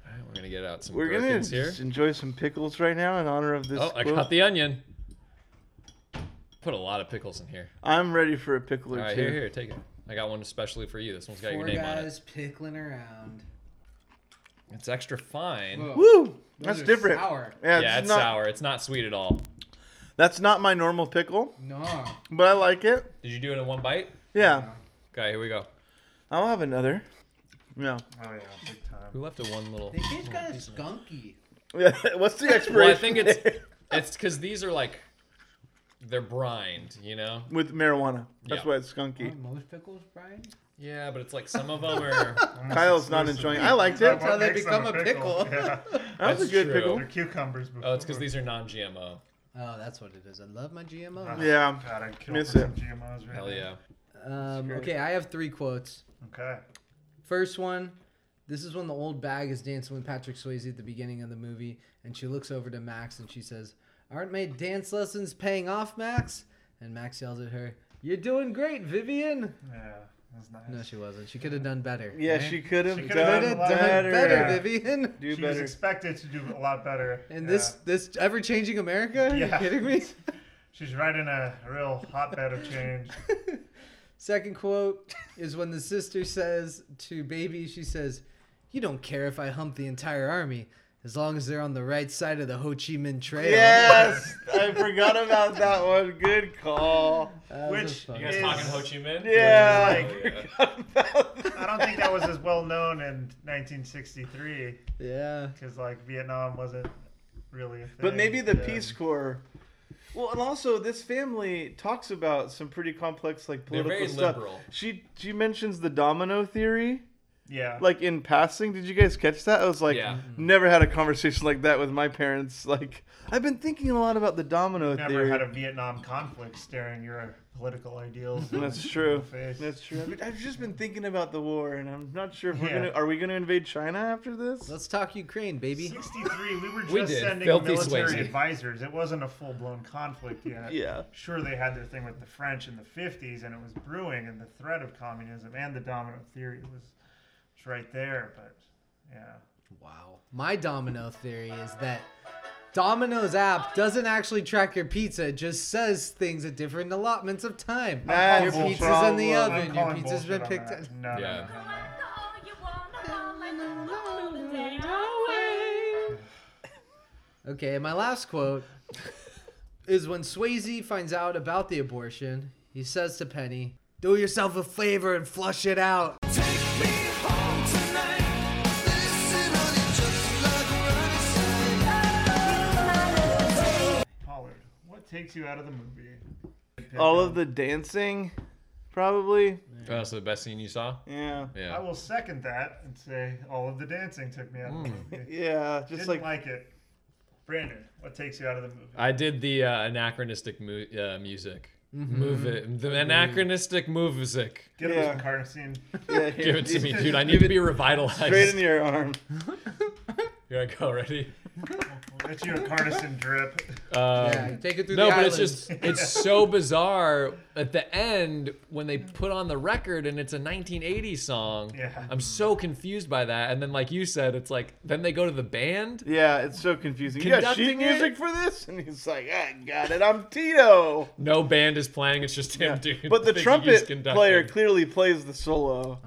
S13: All right, we're gonna get out some
S12: We're gonna
S13: gherkins here.
S12: just enjoy some pickles right now in honor of this.
S13: Oh, I
S12: quote.
S13: got the onion. Put a lot of pickles in here.
S12: I'm ready for a pickle
S13: All
S12: or
S13: right,
S12: two.
S13: here, here, take it. I got one especially for you. This one's got
S1: Four
S13: your name on it.
S1: guys pickling around.
S13: It's extra fine.
S1: Whoa.
S12: Woo!
S1: Those
S12: That's
S1: are
S12: different.
S1: sour.
S13: Yeah,
S12: Yeah, it's
S13: it's
S12: not-
S13: sour. It's not sweet at all.
S12: That's not my normal pickle.
S1: No.
S12: But I like it.
S13: Did you do it in one bite?
S12: Yeah.
S13: Okay, here we go.
S12: I'll have another. Yeah. [laughs]
S2: Oh yeah, big time.
S13: Who left a one little?
S1: They taste kind of skunky.
S12: Yeah. What's the expiration?
S13: Well, I think it's it's because these are like they're brined, you know.
S12: with marijuana. That's
S13: Yeah.
S12: why it's skunky.
S1: Aren't most pickles, Brian?
S13: Yeah, but it's like some of them
S12: [laughs]
S13: are.
S12: Kyle's not enjoying. it. I liked it.
S1: That's how they become a pickle. [laughs]
S2: Oh,
S12: That was a good pickle.
S2: They're cucumbers.
S13: Oh, it's because these are non-GMO.
S1: Oh, that's what it is. I love my GMO.
S12: Yeah.
S2: God, I'd kill
S12: Miss
S2: for
S12: it.
S2: some GMOs right
S13: Hell
S2: now.
S13: yeah.
S1: Um,
S2: great.
S1: okay, I have three quotes.
S2: Okay.
S1: First one. This is when the old bag is dancing with Patrick Swayze at the beginning of the movie, and she looks over to Max and she says, "Aren't my dance lessons paying off, Max?" And Max yells at her, "You're doing great, Vivian."
S2: Yeah, that's nice.
S1: No, she wasn't. She could have done better.
S12: Yeah,
S1: right?
S12: she could have
S2: She
S12: done,
S2: coulda done a lot
S12: better.
S1: better, Vivian.
S12: Do
S2: she was
S12: better.
S2: expected to do a lot better.
S1: And
S2: Yeah.
S1: this this ever changing America? Are
S2: Yeah.
S1: you kidding me?
S2: she's right in a real hotbed of change.
S1: [laughs] Second quote is when the sister says to baby, she says, "You don't care if I hump the entire army, as long as they're on the right side of the Ho Chi Minh Trail."
S12: Yes, I forgot about that one. Good call.
S2: Which
S13: You guys
S2: is-
S13: talking Ho Chi Minh?
S12: Yeah.
S13: Which is like- [laughs]
S12: [laughs]
S2: I don't think that was as well known in 1963
S1: Yeah.
S2: because like Vietnam wasn't really a thing.
S12: But maybe the
S2: Yeah.
S12: Peace Corps. Well, and also this family talks about some pretty complex like
S13: They're
S12: political
S13: very
S12: stuff.
S13: liberal.
S12: She she mentions the domino theory.
S2: Yeah.
S12: Like in passing, did you guys catch that? I was like,
S13: Yeah.
S2: Mm-hmm.
S12: never had a conversation like that with my parents. Like, I've been thinking a lot about the domino
S2: never
S12: theory.
S2: had a Vietnam conflict staring your political
S12: [laughs]
S2: ideals. [laughs] in
S12: That's
S2: the
S12: true.
S2: Face.
S12: That's true. I've- I've just been thinking about the war, and I'm not sure if we're
S2: Yeah.
S12: gonna. Are we gonna invade China after this?
S1: Let's talk Ukraine, baby.
S2: 63, we were just
S13: We did.
S2: sending
S13: Filthy
S2: military
S13: Swayze.
S2: advisors. It wasn't a full blown conflict yet.
S12: Yeah.
S2: Sure, they had their thing with the French in the 50s, and it was brewing, and the threat of communism and the domino theory was, was right there. But yeah.
S1: Wow. My domino theory is that Domino's app doesn't actually track your pizza; it just says things at different allotments of time.
S12: That's
S1: your pizza's in the
S12: problem.
S1: oven.
S2: I'm
S1: Your
S2: calling
S1: pizza's been
S2: bullshit on
S1: picked up.
S2: that. No,
S13: Yeah.
S2: no, no, no, no.
S1: Okay, and my last quote is when Swayze finds out about the abortion, he says to Penny, Do yourself a favor and flush it out.
S2: Pollard, what takes you out of the movie?
S12: All of the dancing, probably.
S13: Oh, so the best scene you saw?
S12: Yeah.
S2: I
S13: Yeah.
S2: will second that and say all of the dancing took me out of the
S1: Mm.
S2: movie.
S12: Yeah. Just
S2: Didn't
S12: like
S2: like, it. Brandon, what takes you out of the movie?
S13: I did the uh, anachronistic mu- uh, music. Move it. The anachronistic music.
S2: Get him
S12: Yeah.
S2: some carnosine.
S12: yeah, here,
S13: Give it to me, dude. I
S12: Give
S13: need
S12: it
S13: to be revitalized.
S12: Straight in your arm.
S13: Here I go. Ready?
S2: That's your Carnison drip. [laughs]
S13: Um,
S2: Yeah, take it through
S13: no,
S2: the
S13: but it's
S2: islands.
S13: just it's so bizarre at the end when they put on the record and it's a 1980 song.
S2: Yeah.
S13: I'm so confused by that. And then, like you said, it's like then they go to the band.
S12: Yeah, it's so confusing. You got sheet
S13: Conducting it?
S12: music for this, and he's like, "I got it. I'm Tito."
S13: No band is playing. It's just him, dude.
S12: But
S13: thinking
S12: the
S13: he's
S12: trumpet
S13: conducting.
S12: player clearly plays the solo.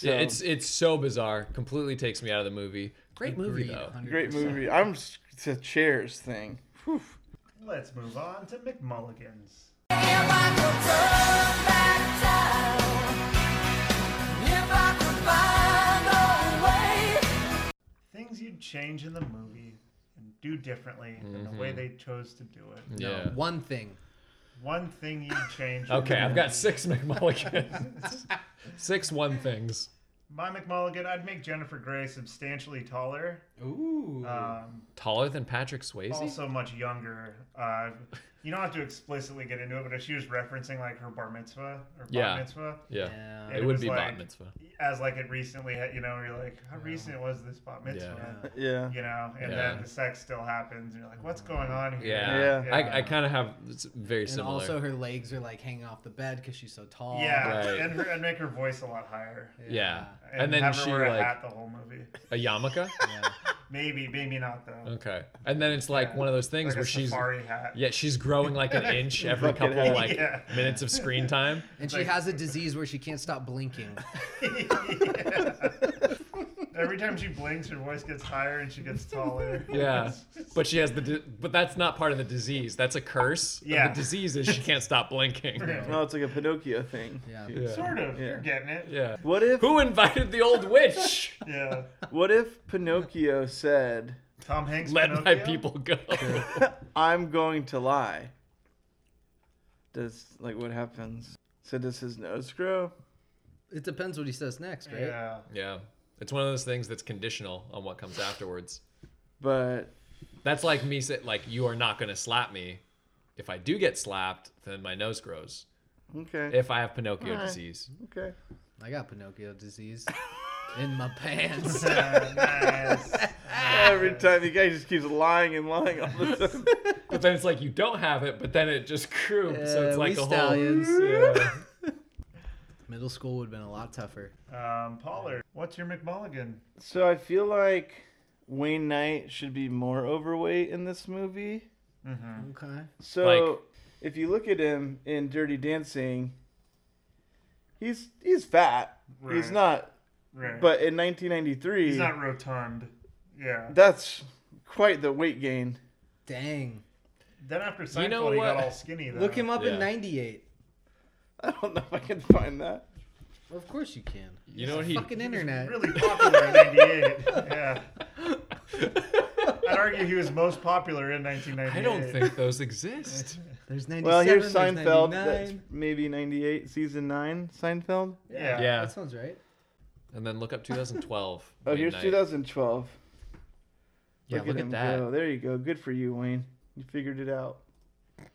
S13: Yeah, it's it's so bizarre. Completely takes me out of the movie. Great movie
S12: Agreed,
S13: though.
S12: great movie. I'm s- it's a chairs thing.
S2: Let's move on to McMulligans. Things you'd change in the movie and do differently than the way
S13: Mhm.
S2: they chose to do it.
S13: No, Yeah.
S2: one thing. One thing you'd change. in
S13: Okay,
S2: the
S13: I've got
S2: movie.
S13: six McMulligans. six one things.
S2: My McMulligan, I'd make Jennifer Grey substantially taller.
S1: Ooh.
S2: Um,
S13: Taller than Patrick Swayze.
S2: also much younger. Uh, you don't have to explicitly get into it, but if she was referencing like her bar mitzvah or bar
S13: Yeah.
S2: mitzvah,
S13: Yeah. Yeah.
S2: and
S13: It would
S2: was,
S13: be bar
S2: like,
S13: mitzvah.
S2: As like it recently, had, you know, you're like, how recent was this bar mitzvah?
S12: Yeah.
S2: You know, and
S13: Yeah.
S2: then the sex still happens, and you're like, what's going on here?
S13: Yeah. I, I kind of have it's very
S1: And
S13: similar.
S1: also, her legs are like hanging off the bed because she's so tall.
S2: yeah,
S13: Right.
S2: and, her, and make her voice a lot higher.
S13: Yeah. And then
S2: have
S13: she,
S2: her wear a
S13: like-
S2: hat the whole movie.
S13: a yarmulke.
S2: Maybe, maybe not though.
S13: Okay. And then it's like one of those things
S2: Like a
S13: where she's
S2: safari hat.
S13: yeah she's growing like an
S2: [laughs]
S13: inch every
S2: Fucking
S13: couple
S2: hat.
S13: like [laughs]
S2: [laughs] Yeah.
S13: minutes of screen time.
S1: And she has a disease where she can't stop
S2: [laughs]
S1: blinking.
S2: Every time she blinks, her voice gets higher and she gets taller.
S13: [laughs] Yeah, but she has the di- but that's not part of the disease. That's a curse.
S2: Yeah.
S13: the disease is she can't stop
S2: [laughs]
S13: blinking.
S12: No, it's like a Pinocchio thing. Yeah.
S2: Sort of. You're getting it.
S13: Yeah.
S12: What if?
S13: Who invited the old
S2: [laughs]
S13: witch?
S2: Yeah.
S12: What if Pinocchio said,
S2: "Tom Hanks,
S13: Let my Pinocchio? people go.
S12: I'm going to lie." Does like what happens? So does his nose grow?
S1: It depends what he says next, right?
S13: [laughs] Yeah, it's one of those things that's conditional on what comes afterwards.
S12: But
S13: That's like me say like you are not gonna slap me. If I do get slapped, then my nose grows.
S12: Okay.
S13: If I have Pinocchio disease.
S12: Okay.
S1: I got Pinocchio disease in
S2: [laughs]
S1: my pants.
S12: Every time the guy just keeps lying and lying all the time.
S13: But then it's like you don't have it, but then it just grew. so
S1: Yeah,
S13: it's like
S1: we
S13: a
S1: stallions.
S2: [laughs]
S13: whole. [laughs] Yeah.
S1: Middle school would have been a lot tougher.
S2: Um, Pollard, what's your McMulligan?
S12: So I feel like Wayne Knight should be more overweight in this movie.
S2: Mm-hmm.
S1: Okay.
S12: So
S13: Like-
S12: if you look at him in Dirty Dancing, he's he's fat. He's
S2: Right.
S12: not.
S2: Right.
S12: But in 1993,
S2: He's not rotund. Yeah.
S12: that's quite the weight gain. [laughs]
S1: Dang.
S2: Then after Seinfeld,
S12: You know
S2: he got
S12: what?
S2: all skinny. Though.
S1: Look him up
S12: Yeah.
S1: in 98.
S12: I don't know if I can find that.
S1: Of course you can.
S13: You
S1: It's
S13: know
S1: the
S13: what he-
S1: fucking internet.
S2: Really popular in '98.
S13: [laughs]
S2: yeah. I'd argue he was most popular in 1998.
S13: I don't think
S1: [laughs]
S13: those exist.
S1: There's
S12: Well, here's Seinfeld. That's maybe 98, season 9, Seinfeld.
S13: Yeah. Yeah.
S1: That sounds right.
S13: And then look up 2012.
S12: Oh, here's
S13: Midnight.
S12: 2012.
S13: Yeah, look at
S12: him
S13: that.
S12: Go. There you go. Good for you, Wayne. You figured it out.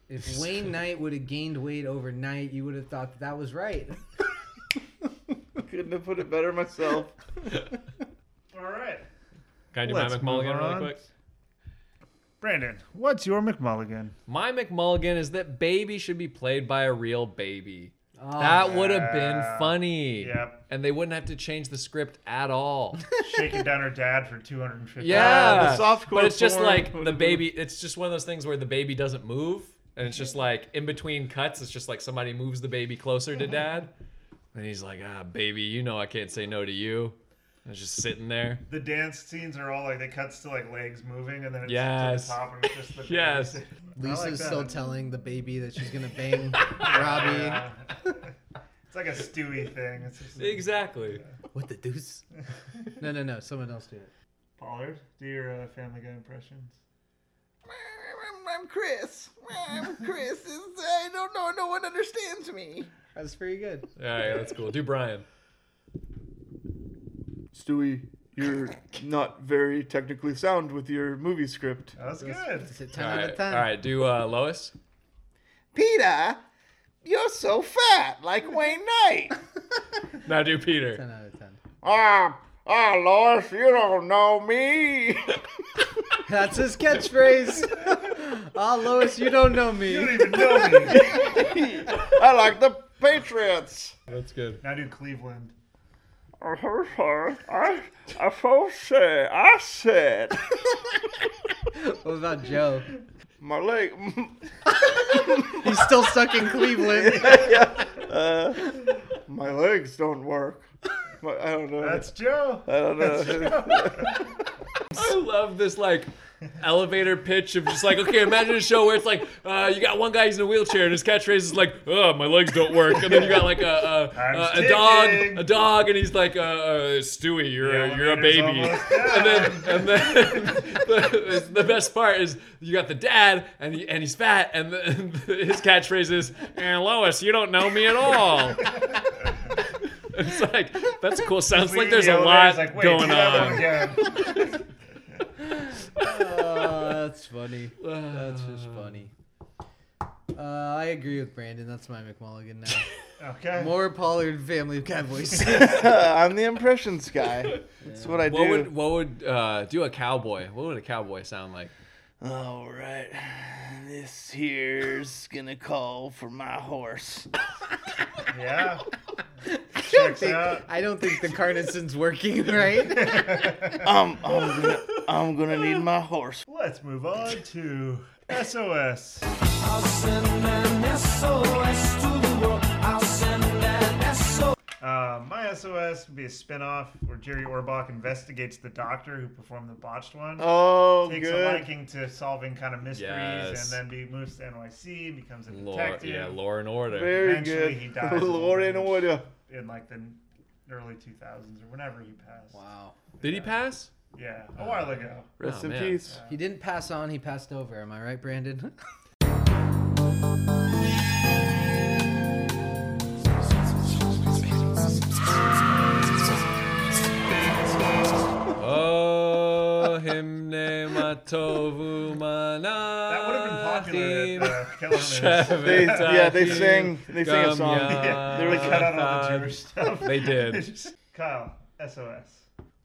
S1: If Wayne Knight would have gained weight overnight, you would have thought that, that was [laughs] right.
S12: [laughs] Couldn't have put it better myself.
S2: All right.
S13: Can I do my
S2: Let's move
S13: McMulligan really
S2: on.
S13: quick?
S2: Brandon, what's your McMulligan?
S13: My McMulligan is that baby should be played by a real baby. that would have been
S2: yeah.
S13: funny.
S2: Yep.
S13: And they wouldn't have to change the script at all.
S2: Shaking down her dad for 250.
S13: Yeah,
S12: the softcore
S13: But it's just
S12: porn
S13: like
S12: would
S13: the
S12: have
S13: baby. It's just one of those things where the baby doesn't move, and it's just like in between cuts, it's just like somebody moves the baby closer to dad, and he's like, "Ah, baby, you know I can't say no to you." And it's just sitting there.
S2: The dance scenes are all like they cuts to like legs moving and then it's
S13: Yes.
S2: to the top and
S13: [laughs]
S2: it's just the
S13: Yes.
S2: I like
S1: Lisa's still
S2: that.
S1: telling the baby that she's gonna [laughs] bang Robbie.
S2: [laughs] It's like a Stewie thing. It's just
S13: Exactly.
S1: What the deuce? No, no, no. Someone else do it.
S2: [laughs] Pollard, do your uh, Family Guy impressions.
S17: I'm Chris. I'm Chris. It's- I don't know. No one understands me.
S1: That's pretty good.
S13: All right, that's cool. Do Brian.
S12: [laughs] Stewie, you're not very technically sound with your movie script.
S2: That's good.
S13: all right, all right. Do uh, Lois.
S17: Peter, you're so fat,
S12: [laughs]
S17: like Wayne Knight.
S13: Now do Peter.
S17: Ah, ah, Lois, you don't know me.
S1: That's his catchphrase. [laughs] Ah, Lois, you don't know me. You don't even know
S12: me. [laughs] I like the [laughs] Patriots.
S13: That's good.
S2: Now do Cleveland.
S12: I, I feel shit. I said.
S1: What about Joe?
S12: My leg. [laughs]
S1: He's still stuck in Cleveland. [laughs]
S12: Uh, my legs don't [laughs] work. My- I don't know.
S2: That's Joe.
S12: I don't know.
S13: I love this like elevator pitch of just like, okay, imagine a show where it's like, uh, you got one guy who's in a wheelchair and his catchphrase is like, oh, my legs don't work, and then you got like a
S2: I'm
S13: a, a, a dog,
S2: sticking.
S13: a dog, and he's like, uh, uh, Stewie, you're
S2: The
S13: you're a
S2: elevator's
S13: baby,
S2: almost
S13: and then and then [laughs] the, the best part is you got the dad and he, and he's fat, and, the, and his catchphrase is, and Lois, you don't know me at all. [laughs] It's like that's cool. Sounds like there's a
S2: Leo
S13: lot
S2: there's like, wait,
S13: going
S2: do that
S13: on.
S2: one again.
S1: Oh, that's funny. That's just funny. Uh, I agree with Brandon. That's my McMulligan now.
S2: okay.
S1: More Pollard family guy
S12: [laughs]
S1: voices.
S12: I'm the impressions guy. That's what I
S13: What
S12: do.
S13: would what would uh, do a cowboy? What would a cowboy sound like?
S12: All right. This here's gonna call for my horse.
S2: yeah.
S1: I don't, think, I don't think the Carniston's working [laughs]
S12: [laughs]
S1: right.
S12: I'm, I'm, gonna, I'm gonna need my horse.
S2: Let's move on to SOS. Uh, my SOS would be a spinoff where Jerry Orbach investigates the doctor who performed the botched one.
S12: Oh,
S2: takes
S12: good.
S2: a liking to solving kind of mysteries,
S13: Yes.
S2: and then be, moves to NYC, becomes a
S13: Law,
S2: detective.
S13: yeah, law and order.
S12: Very
S2: Eventually
S12: good.
S2: he
S13: [laughs]
S2: dies.
S12: Law and order.
S13: Oh,
S2: In like the early 2000s or whenever he passed. Wow.
S13: Did he pass? Oh,
S2: Yeah, a while ago.
S12: Rest in peace.
S1: He didn't pass on, he passed over. Am I right, Brandon? [laughs]
S13: Oh, himne matovu That would have been
S2: uh,
S13: popular at
S2: [laughs]
S12: They- yeah, they sing- they sing a song. Yeah,
S2: they really cut out all the Jewish stuff.
S13: They
S2: [laughs]
S13: did.
S2: Kyle, SOS.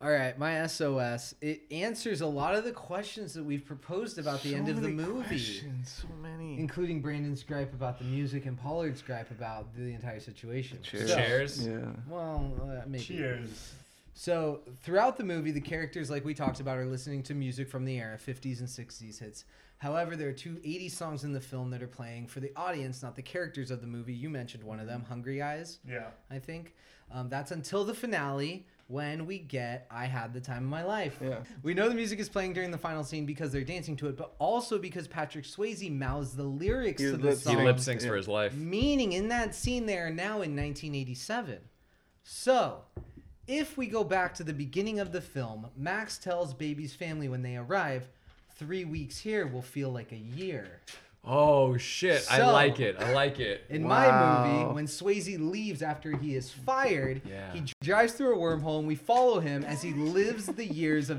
S1: All right, my SOS. It answers a lot of the questions that we've proposed about the
S12: So
S1: end of the
S12: many
S1: movie.
S12: questions, so many.
S1: Including Brandon's gripe about the music and Pollard's gripe about the entire situation.
S12: Cheers.
S1: So-
S12: Cheers? Yeah.
S1: Well, uh, maybe.
S2: Cheers.
S1: So, throughout the movie, the characters, like we talked about, are listening to music from the era 50s and 60s hits. However, there are two 80s songs in the film that are playing for the audience, not the characters of the movie. You mentioned one of them, Hungry Eyes.
S2: Yeah.
S1: I think. Um, that's until the finale when we get I Had the Time of My Life.
S12: Yeah.
S1: We know the music is playing during the final scene because they're dancing to it, but also because Patrick Swayze mouths the lyrics
S13: He
S1: to the
S13: lip
S1: song.
S13: syncs. He lip syncs for his life.
S12: Mm-hmm.
S1: Meaning in that scene they are now in 1987. So, if we go back to the beginning of the film, Max tells Baby's family when they arrive, three weeks here will feel like a year.
S13: Oh shit! I
S1: So-
S13: like it. I like it.
S1: In my movie, when Swayze leaves after he is fired,
S13: Yeah.
S1: he drives through a wormhole and we follow him as he lives the years of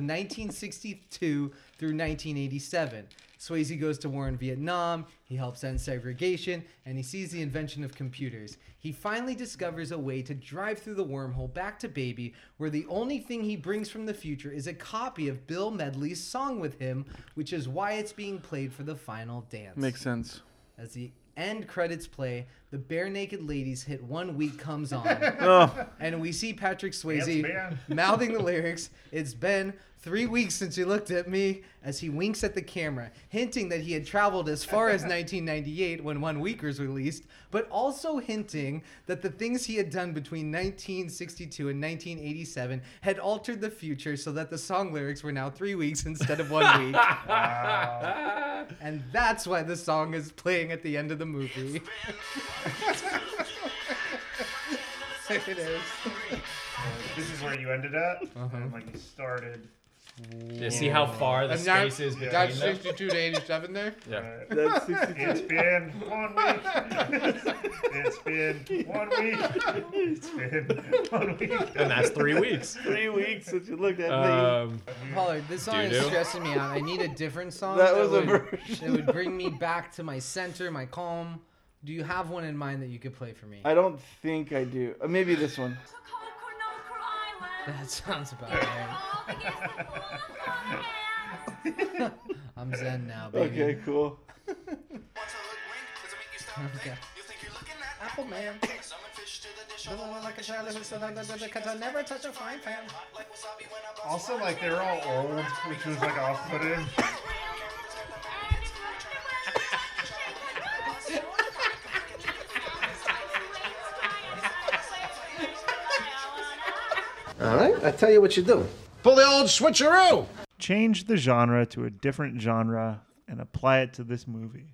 S1: 1962 through 1987. Swayze goes to war in Vietnam, he helps end segregation, and he sees the invention of computers. He finally discovers a way to drive through the wormhole back to Baby, where the only thing he brings from the future is a copy of Bill Medley's song with him, which is why it's being played for the final dance.
S12: Makes sense.
S1: As the end credits play, the bare naked ladies hit one week comes on,
S12: Oh.
S1: and we see Patrick
S12: Yes,
S1: Swayze
S12: ma'am.
S1: mouthing the lyrics. It's been three weeks since you looked at me, as he winks at the camera, hinting that he had traveled as far as 1998 when One Week was released, but also hinting that the things he had done between 1962 and 1987 had altered the future so that the song lyrics were now three weeks instead of one week. And that's why the song is playing at the end of the movie. [laughs] it is.
S2: This is where you ended up,
S13: Uh-huh.
S2: and like you started.
S13: Yeah, see how far the space is between
S1: that's
S13: them?
S1: 62 to 87 there?
S13: Yeah.
S12: That's [laughs]
S2: It's been
S13: [laughs]
S2: one week. It's been one week. It's been one week.
S13: And that's three
S12: [laughs]
S13: weeks.
S12: Three weeks since you looked at
S13: Um,
S1: Pollard, this song is
S13: Doo-doo.
S1: stressing me out. I need a different song.
S12: That was a
S1: would,
S12: version.
S1: That would bring me back to my center, my calm. Do you have one in mind that you could play for me?
S12: I don't think I do. Uh, maybe this [laughs] one.
S1: That sounds about right.
S20: I'm zen now, baby.
S12: Okay, cool.
S20: Okay.
S1: Apple man. I never touch a frying pan.
S2: Also, like they were all old, which was like off-putting.
S8: All right, I tell you what you do. Pull the old switcheroo.
S2: Change the genre to a different genre and apply it to this movie.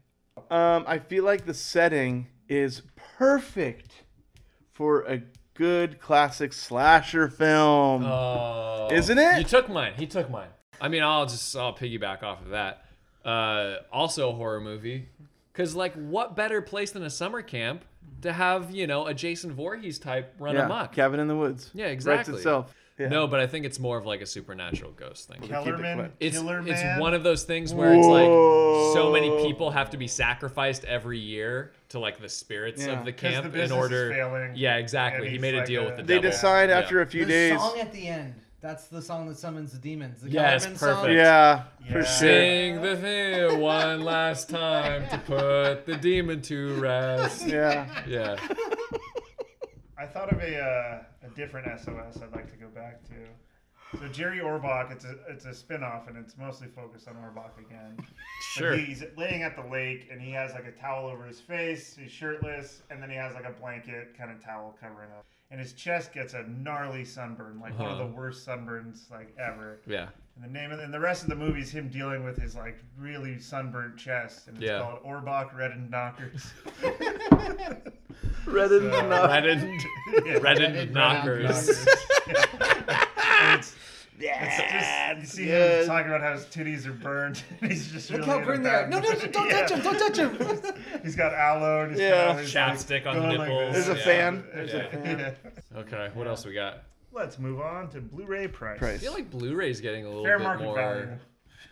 S12: Um, I feel like the setting is perfect for a good classic slasher film.
S13: Oh.
S12: Isn't it?
S13: You took mine. He took mine. I mean, I'll just I'll piggyback off of that. Uh, also, a horror movie. Cause like, what better place than a summer camp to have you know a Jason Voorhees type run
S12: yeah,
S13: amok?
S12: Cabin in the Woods.
S13: Yeah, exactly.
S12: Writes itself. Yeah.
S13: No, but I think it's more of like a supernatural ghost thing.
S12: Keep it Kellerman, quick.
S13: it's,
S12: Killer
S13: it's
S12: Man.
S13: one of those things where it's like so many people have to be sacrificed every year to like the spirits
S12: Yeah.
S13: of the
S12: 'Cause
S2: the
S13: camp
S2: business
S13: in
S2: is
S13: order.
S2: failing,
S13: yeah, exactly.
S2: and
S13: He
S2: he's
S13: made a
S2: like
S13: deal
S2: a-
S13: with the
S12: They
S13: devil.
S12: decide
S13: Yeah.
S12: after a few
S1: the
S12: days.
S1: song at the end. That's the song that summons the demons. The
S13: Yes,
S1: Kellerman
S13: perfect.
S1: Song.
S12: Yeah, [laughs] for sure.
S13: Sing the fear one last time to put the demon to rest.
S2: [laughs]
S12: Yeah.
S13: Yeah.
S2: I thought of a, uh, a different SOS I'd like to go back to. So Jerry Orbach, it's a it's a spinoff and it's mostly focused on Orbach again. But
S13: Sure.
S2: he's laying at the lake and he has like a towel over his face. He's shirtless and then he has like a blanket kind of towel covering up. And his chest gets a gnarly sunburn, like one of
S13: Uh-huh.
S2: the worst sunburns like ever.
S13: Yeah.
S2: And the name of and the rest of the movie is him dealing with his like really sunburnt chest, and it's
S13: Yeah.
S2: called Orbach Red and
S13: [laughs]
S2: Knockers.
S12: Reddened knock-
S13: Reddened-
S2: [laughs] Yeah,
S13: reddened
S2: [laughs]
S13: knockers.
S2: And it's- it's just- you see
S12: yes.
S2: him talking about how his titties are burned. [laughs] and he's just
S1: Look
S2: really
S1: how burnt they are. No, no, no, don't
S2: [laughs]
S1: touch him, don't touch
S2: him. he's got aloe. And he's
S12: Yeah.
S2: got all these,
S13: Chapstick on the
S2: going like
S13: nipples.
S2: this.
S12: There's a fan. There's a
S2: [laughs]
S13: Yeah.
S12: fan.
S13: Okay, what else we got?
S2: Let's move on to Blu-ray price.
S13: I feel like Blu-ray's getting a little
S2: Fair
S13: bit
S2: market
S13: more,
S2: value.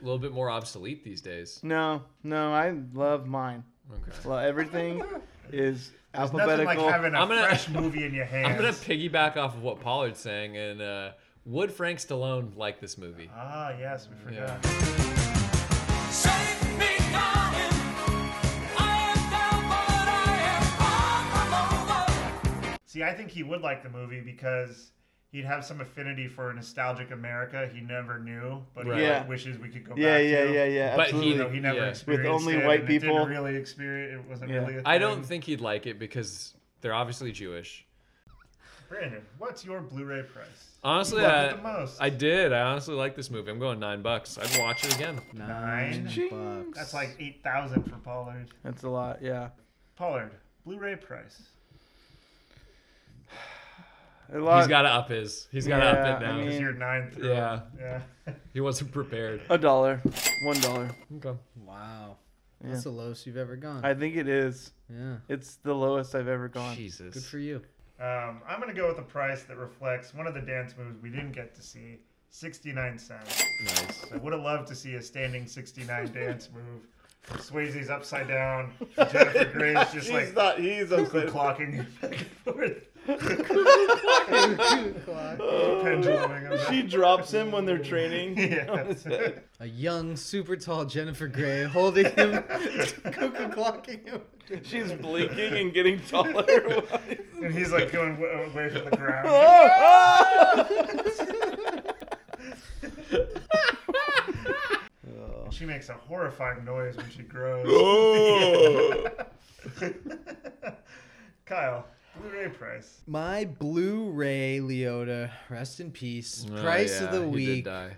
S13: a little bit more obsolete these days.
S12: No, no, I love mine.
S13: Okay.
S12: Well,
S2: [laughs]
S12: everything is
S2: nothing
S12: alphabetical.
S2: like having a fresh movie in your
S13: [laughs]
S2: hands.
S13: I'm gonna piggyback off of what Pollard's saying, and uh, would Frank Stallone like this movie?
S2: Ah, yes, we forgot. See, I think he would like the movie because he'd have some affinity for nostalgic America he never knew, but
S12: Right.
S2: he
S12: Yeah.
S2: wishes we could go
S12: Yeah,
S2: back
S12: yeah,
S2: to.
S12: yeah, yeah, But he- absolutely.
S2: Even though he never
S13: yeah. With
S2: experienced
S12: only
S2: it,
S12: white
S2: and It
S12: people.
S2: didn't really experience. It wasn't really. A
S13: I don't
S2: thing.
S13: think he'd like it because they're obviously Jewish.
S2: Brandon, what's your Blu-ray price?
S13: Honestly,
S2: You
S13: I,
S2: loved it the most.
S13: I did. I honestly like this movie. I'm going nine bucks. I'd watch it again.
S2: Nine bucks. That's like eight thousand for Pollard.
S12: That's a lot. Yeah.
S2: Pollard, Blu-ray price.
S12: A lot.
S13: He's got to up his. He's got to up it
S12: Yeah, I
S13: now.
S12: mean-
S2: Is your nine through?
S13: yeah.
S2: Yeah. [laughs]
S13: He wasn't prepared.
S12: a dollar. One dollar.
S13: Okay.
S20: Wow.
S12: Yeah.
S20: That's the lowest you've ever gone.
S12: I think it is.
S20: Yeah.
S12: It's the lowest I've ever gone.
S13: Jesus.
S20: Good for you.
S2: Um, I'm gonna go with a price that reflects one of the dance moves we didn't get to see. 69 cents.
S13: Nice.
S2: I would have loved to see a
S12: [laughs]
S2: standing 69 dance move. Swayze's upside down. [laughs] Jennifer Grace just
S12: He's
S2: like
S12: not- he's upside-
S2: clocking back and forth.
S12: [laughs]
S2: Penduluming him
S12: Oh,
S2: back.
S12: she drops him when they're training.
S2: [laughs]
S12: [laughs]
S2: Yeah.
S20: A young, super tall Jennifer Grey holding him, [laughs] cuckoo clocking him.
S12: She's blinking and getting
S2: [laughs]
S12: taller. [laughs]
S2: And he's like going w- away from the ground.
S12: [laughs]
S2: And She makes a horrifying noise when she grows.
S12: [laughs] Oh.
S2: [laughs] Kyle, Blu-ray price.
S20: My Blu-ray Leota, rest in peace.
S13: Oh,
S20: Price of the
S13: yeah, he did
S20: week
S13: die.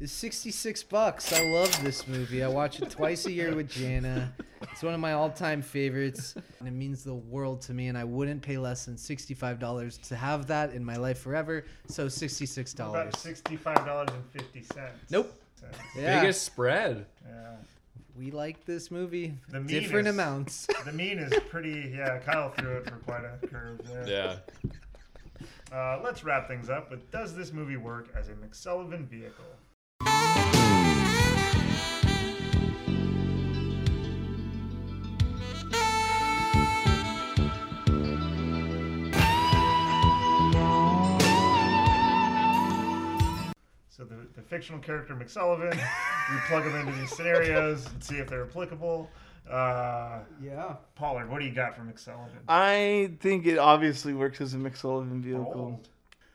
S20: is 66 bucks. I love this movie. I watch it twice a year with Jana. It's one of my all-time favorites, and it means the world to me. And I wouldn't pay less than $65 to have that in my life forever. So $66.
S2: About sixty-five dollars and fifty cents.
S20: Nope. Yeah.
S13: Biggest spread.
S2: Yeah.
S20: We like this movie.
S2: The mean
S20: Different
S2: is-
S20: amounts.
S2: The mean is pretty. Yeah, Kyle threw it for quite a curve there.
S13: Yeah.
S2: Uh, let's wrap things up with Does this movie work as a McSullivan vehicle? So the, the fictional character McSullivan. we plug them into these scenarios and see if they're applicable. Uh,
S1: yeah.
S2: Pollard, what do you got for McSullivan?
S12: I think it obviously works as a McSullivan vehicle.
S2: Bold.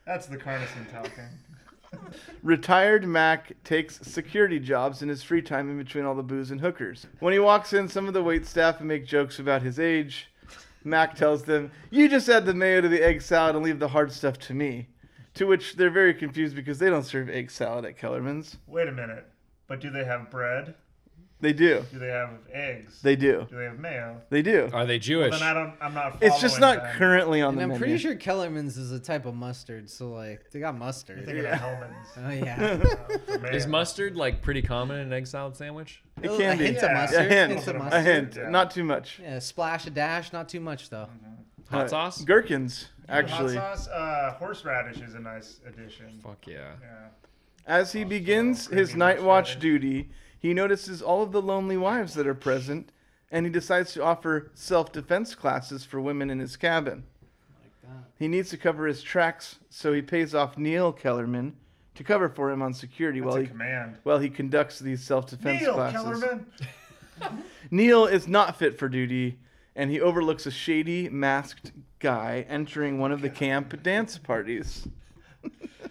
S2: That's the Carnison talking.
S12: Retired Mac takes security jobs in his free time in between all the booze and hookers. When he walks in, some of the wait staff make jokes about his age. Mac tells them, You just add the mayo to the egg salad and leave the hard stuff to me. To which they're very confused because they don't serve egg salad at Kellerman's.
S2: Wait a minute. But do they have bread?
S12: They do.
S2: Do they have eggs?
S12: They do.
S2: Do they have mayo?
S12: They do.
S13: Are they Jewish?
S2: Well, then I don't. I'm not.
S12: It's just
S2: following
S12: not
S2: that.
S12: currently on
S1: And
S12: the
S1: I'm
S12: menu.
S1: pretty sure Kellerman's is a type of mustard, so like they got mustard.
S2: thinking of Hellman's.
S12: [laughs]
S1: Oh yeah.
S13: Is mustard like pretty common in an egg salad sandwich?
S12: It can be.
S1: Oh, A hint of mustard.
S12: A hint.
S1: Hint of
S12: A
S1: mustard.
S12: hint.
S1: Yeah.
S12: Not too much.
S1: Yeah, splash a dash, not too much though.
S12: Uh, Gherkins, actually.
S2: Hot sauce, uh, horseradish is a nice addition.
S13: Fuck yeah.
S12: As he begins his night watch duty, he notices all of the lonely wives that are present, and he decides to offer self defense classes for women in his cabin. He needs to cover his tracks, so he pays off Neil Kellerman to cover for him on security while
S2: a
S12: he
S2: command.
S12: while he conducts these self defense
S2: Neil
S12: classes.
S2: Kellerman.
S12: Neil is not fit for duty, and he overlooks a shady, masked guy entering one of the camp dance parties.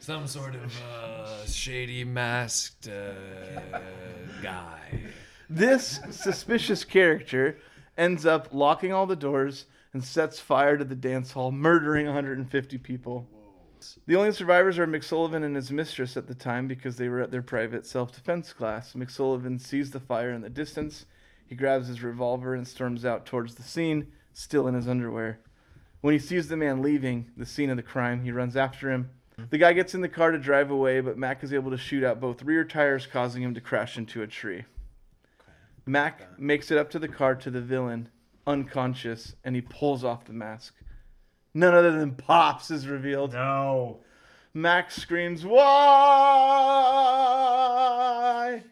S13: Some sort of uh, shady masked uh, guy.
S12: This suspicious character ends up locking all the doors and sets fire to the dance hall, murdering 150 people. The only survivors are McSullivan and his mistress at the time because they were at their private self defense class. McSullivan sees the fire in the distance. He grabs his revolver and storms out towards the scene, still in his underwear. When he sees the man leaving the scene of the crime, he runs after him. The guy gets in the car to drive away, but Mac is able to shoot out both rear tires, causing him to crash into a tree. Mac makes it up to the car to the villain, unconscious, and he pulls off the mask. None other than Pops is revealed.
S2: No.
S12: Mac screams, Why?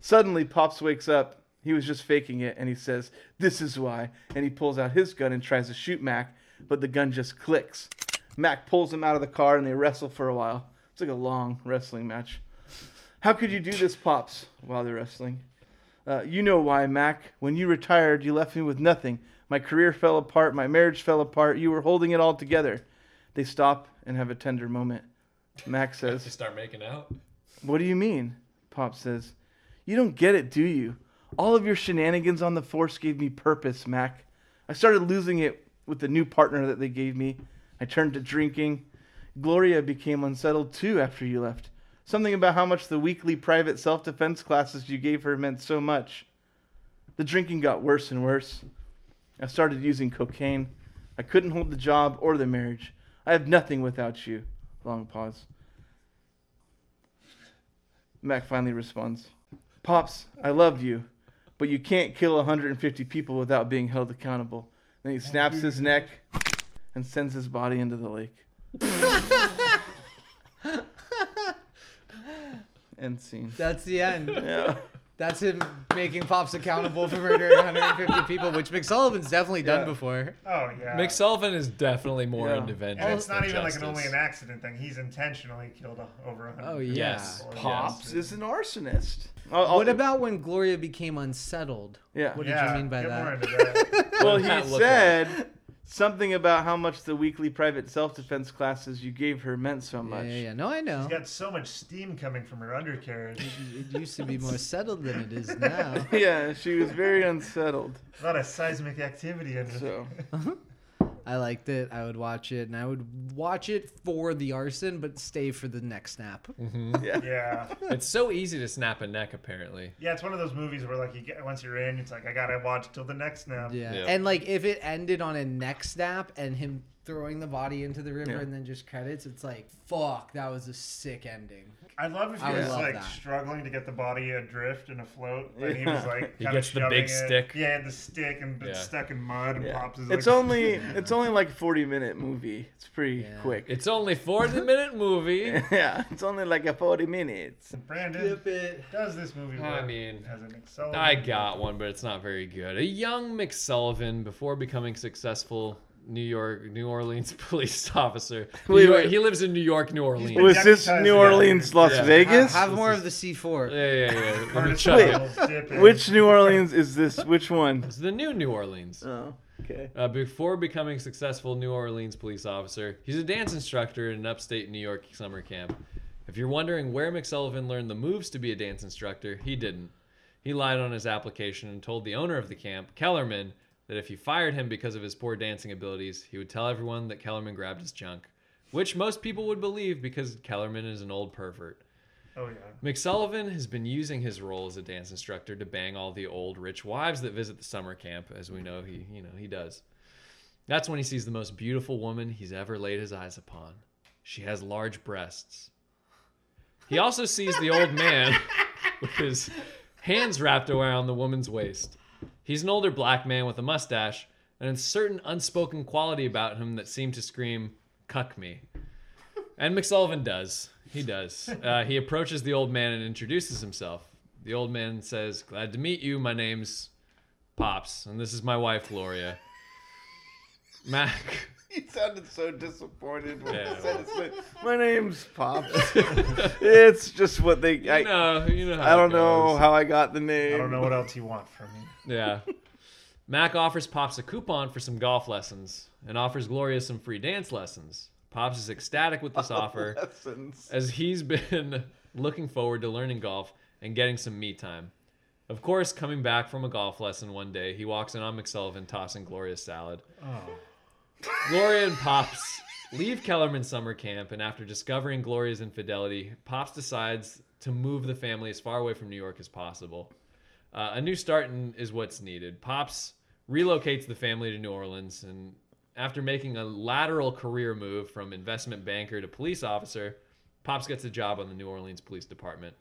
S12: Suddenly, Pops wakes up. He was just faking it, and he says, This is why. And he pulls out his gun and tries to shoot Mac, but the gun just clicks. Mac pulls him out of the car, and they wrestle for a while. It's like a long wrestling match. How could you do this, Pops, while they're wrestling? Uh, you know why, Mac. When you retired, you left me with nothing. My career fell apart. My marriage fell apart. You were holding it all together. They stop and have a tender moment. Mac
S13: To
S12: says,
S13: start making out.
S12: What do you mean? Pop says, You don't get it, do you? All of your shenanigans on the force gave me purpose, Mac. I started losing it with the new partner that they gave me. I turned to drinking. Gloria became unsettled too after you left. Something about how much the weekly private self defense classes you gave her meant so much. The drinking got worse and worse. I started using cocaine. I couldn't hold the job or the marriage. I have nothing without you. Long pause. Mac finally responds Pops, I love you, but you can't kill 150 people without being held accountable. Then he snaps his neck and sends his body into
S1: [laughs]
S12: the lake. End scene.
S1: That's the end.
S12: Yeah.
S1: That's him making Pops accountable for murdering 150 people, which McSullivan's definitely done
S13: Yeah.
S1: before.
S2: Oh
S1: [laughs]
S2: yeah.
S13: McSullivan is definitely more
S1: Yeah.
S13: into vengeance.
S2: And it's not
S13: than
S2: even like an
S13: justice.
S2: only an accident thing. He's intentionally killed a, over a hundred.
S1: Oh yeah.
S2: people.
S12: Pops is an arsonist.
S1: what about when Gloria became unsettled?
S12: Yeah.
S1: What did
S12: Yeah,
S1: you mean by
S12: get more
S1: that?
S12: into well, he said something about how much the weekly private self-defense classes you gave her meant so much.
S1: yeah, yeah. No, I know.
S2: She's got so much steam coming from her undercarriage.
S1: It used to be more settled than it is now.
S12: [laughs] yeah, she was very unsettled.
S2: A lot of seismic activity in
S12: so.
S1: I liked it. I would watch it, and I would watch it for the arson, but stay for the neck snap.
S12: Yeah.
S13: It's so easy to snap a neck, apparently.
S2: Yeah, it's one of those movies where like you get once you're in, it's like I gotta watch till the next now.
S1: Yeah. And like if it ended on a neck snap and him throwing the body into the river
S2: Yeah.
S1: and then just credits, it's like fuck, that was a sick ending.
S2: I love if
S1: I
S2: he was
S1: love
S2: like
S1: that.
S2: struggling to get the body adrift and afloat. Like he
S12: Yeah.
S2: was like
S12: He
S2: kinda
S12: gets the big
S2: shoving it.
S12: stick.
S2: Yeah, the stick and it's
S13: Yeah.
S2: stuck in mud and
S12: Yeah.
S2: pops is
S12: It's
S2: like,
S12: only
S2: [laughs]
S12: it's only like 40 minute movie. It's pretty quick.
S13: It's only 40 minute movie.
S12: [laughs] yeah, it's only like a 40 minutes.
S2: Brandon does this movie work
S13: I mean,
S2: as an accelerant?
S13: I got one, but it's not very good. A young McSullivan, before becoming successful New York, New Orleans [laughs] police officer. New
S12: Wait,
S13: York-
S12: wait.
S13: he lives in New York, New Orleans.
S12: Was this New Orleans, Las Vegas?
S1: Have more of the C4.
S13: Yeah, yeah, yeah. Let me check.
S12: Wait, which New Orleans is this? Which
S2: [laughs]
S12: one?
S13: It's the new New Orleans.
S12: Oh, okay.
S13: Uh, before becoming successful New Orleans police officer, he's a dance instructor in an upstate New York summer camp. If you're wondering where McSullivan learned the moves to be a dance instructor, he didn't. He lied on his application and told the owner of the camp, Kellerman, that if he fired him because of his poor dancing abilities, he would tell everyone that Kellerman grabbed his junk, which most people would believe because Kellerman is an old pervert.
S2: Oh, yeah.
S13: McSullivan has been using his role as a dance instructor to bang all the old rich wives that visit the summer camp, as we know he, you know, he does. That's when he sees the most beautiful woman he's ever laid his eyes upon. She has large breasts. He also sees the old man [laughs] with his hands wrapped around the woman's waist. He's an older black man with a mustache and a certain unspoken quality about him that seemed to scream, "Cuck me." And McSullivan does. He does. Uh, he approaches the old man and introduces himself. The old man says, Glad to meet you. My name's Pops, and this is my wife, Gloria. Mac.
S12: He sounded so disappointed when
S13: Yeah.
S12: he said his name. My name's Pops.
S13: [laughs]
S12: it's just what they. I,
S13: know- you know how
S12: I
S13: it
S12: don't know
S13: goes.
S12: how I got the name.
S2: I don't know what else you want from me.
S13: Yeah. Mac offers Pops a coupon for some golf lessons and offers Gloria some free dance lessons. Pops is ecstatic with
S12: [laughs]
S13: this offer
S12: lessons.
S13: as he's [laughs] been looking forward to learning golf and getting some me time. Of course, coming back from a golf lesson one day, he walks in on McSullivan tossing Gloria's salad.
S2: Oh.
S13: Gloria and Pops leave Kellerman's summer camp, and after discovering Gloria's infidelity, Pops decides to move the family as far away from New York as possible. Uh, a new start in- is what's needed. Pops relocates the family to New Orleans, and after making a lateral career move from investment banker to police officer, Pops gets a job on the New Orleans Police Department.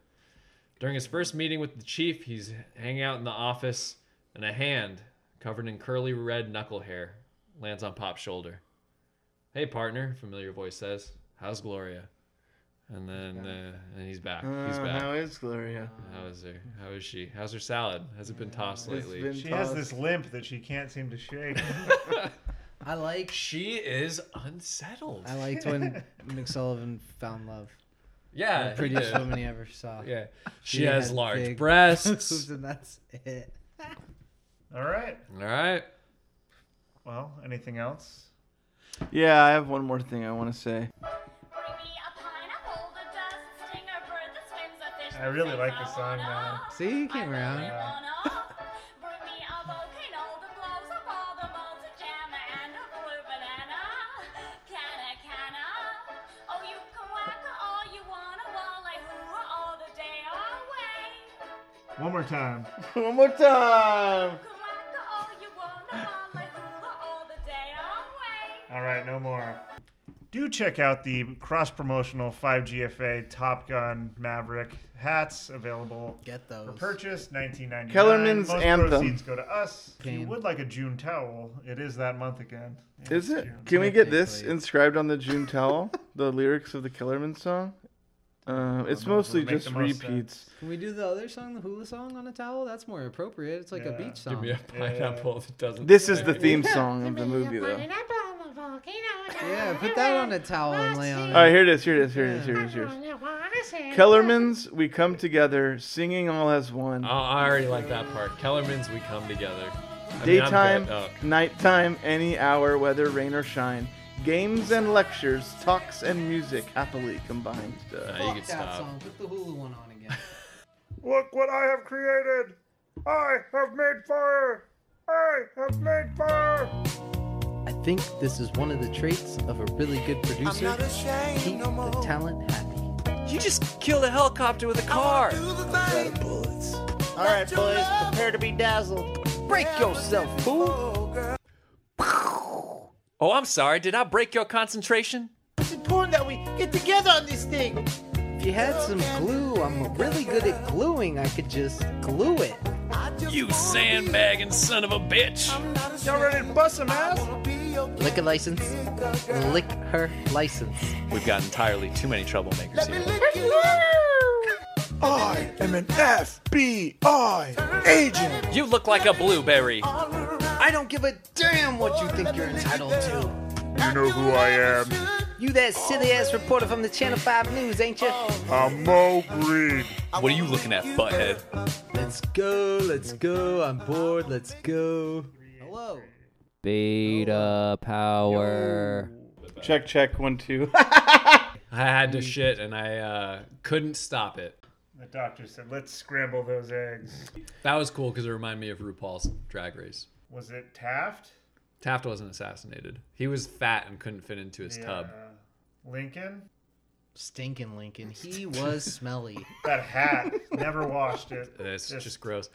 S13: During his first meeting with the chief, he's hanging out in the office, and a hand covered in curly red knuckle hair lands on Pop's shoulder. Hey, partner, familiar voice says, How's Gloria? And then uh, and he's back. He's
S12: Uh,
S13: back.
S12: how is Gloria?
S13: How is her? How is she? How's her salad? Has it been tossed lately?
S2: She has this limp that she can't seem to shake.
S1: I like.
S13: She is unsettled.
S1: I liked [laughs] when McSullivan found love.
S13: Yeah,
S1: the
S13: he [laughs]
S1: prettiest
S13: did.
S1: woman he ever saw.
S13: Yeah. She has
S1: had
S13: large
S1: big
S13: breasts.
S1: boobs, [laughs] and that's it.
S2: All right.
S13: [laughs] All right.
S2: Well, anything else?
S12: Yeah, I have one more thing I want to say.
S2: I really like the song now.
S1: See, you came around.
S2: One more time.
S12: One more time.
S2: All right, no more. Do check out the cross promotional 5GFA Top Gun Maverick hats available.
S1: Get those.
S2: For purchase, 1999.
S12: Kellerman's
S2: Most
S12: Anthem.
S2: proceeds go to us. If you
S12: Game.
S2: would like a June towel, it is that month again.
S12: Is it? Can we get this inscribed on the June towel? the lyrics of the Kellerman song. Uh, it's mostly just repeats.
S1: Can we do the other song, the hula song on a towel? That's more appropriate. It's like a beach song.
S13: Give me a pineapple that doesn't.
S12: This is the
S13: say. [laughs]
S12: theme song of the movie, though.
S1: Yeah, put that on a towel and lay on
S12: All
S1: it.
S12: right, here it is. Here it is. Here it is. Here it is. Here it is. Kellerman's We Come Together, singing all as one.
S13: Oh, I already like that part. Kellerman's We Come Together. I mean, I'm
S12: Daytime,
S13: good. Oh,
S12: nighttime, any hour, whether rain or shine. Games and lectures, talks and music happily combined. Uh,
S13: Nah, you could
S1: that
S13: stop.
S1: song. Put the hula one on again.
S21: [laughs] Look what I have created! I have made fire! I have made fire!
S20: I think this is one of the traits of a really good producer.
S22: not ashamed
S20: Keep
S22: no more.
S20: the talent happy.
S22: You just killed a helicopter with a car.
S20: All right, boys, prepare to be dazzled. Break yourself, fool.
S13: Oh, I'm sorry. Did I break your concentration?
S22: It's important that we get together on this thing.
S20: If you had some glue, I'm really good at gluing. I could just glue it.
S13: You sandbagging son of a bitch.
S21: Y'all ready to bust some ass?
S20: Lick a license. Lick her license.
S13: We've got entirely too many troublemakers here.
S21: I am an FBI agent!
S13: You look like a blueberry.
S20: I don't give a damn what you think you're entitled to.
S14: You know who I am.
S20: You that silly ass reporter from the Channel 5 News, ain't you?
S14: I'm Mo Green.
S25: What are you looking at, butthead?
S1: Let's go, let's go. I'm bored. Let's go. Hello.
S25: Beta power.
S12: Check, check,
S13: [laughs]
S12: one, two.
S13: I had to shit and I uh, couldn't stop it.
S2: The doctor said, "Let's scramble those eggs."
S13: That was cool because it reminded me of RuPaul's Drag Race.
S2: Was it Taft?
S13: Taft wasn't assassinated. He was fat and couldn't fit into his tub.
S2: Lincoln?
S20: Stinking Lincoln. He was smelly.
S2: That
S12: [laughs]
S2: hat never washed it.
S13: It's just, gross.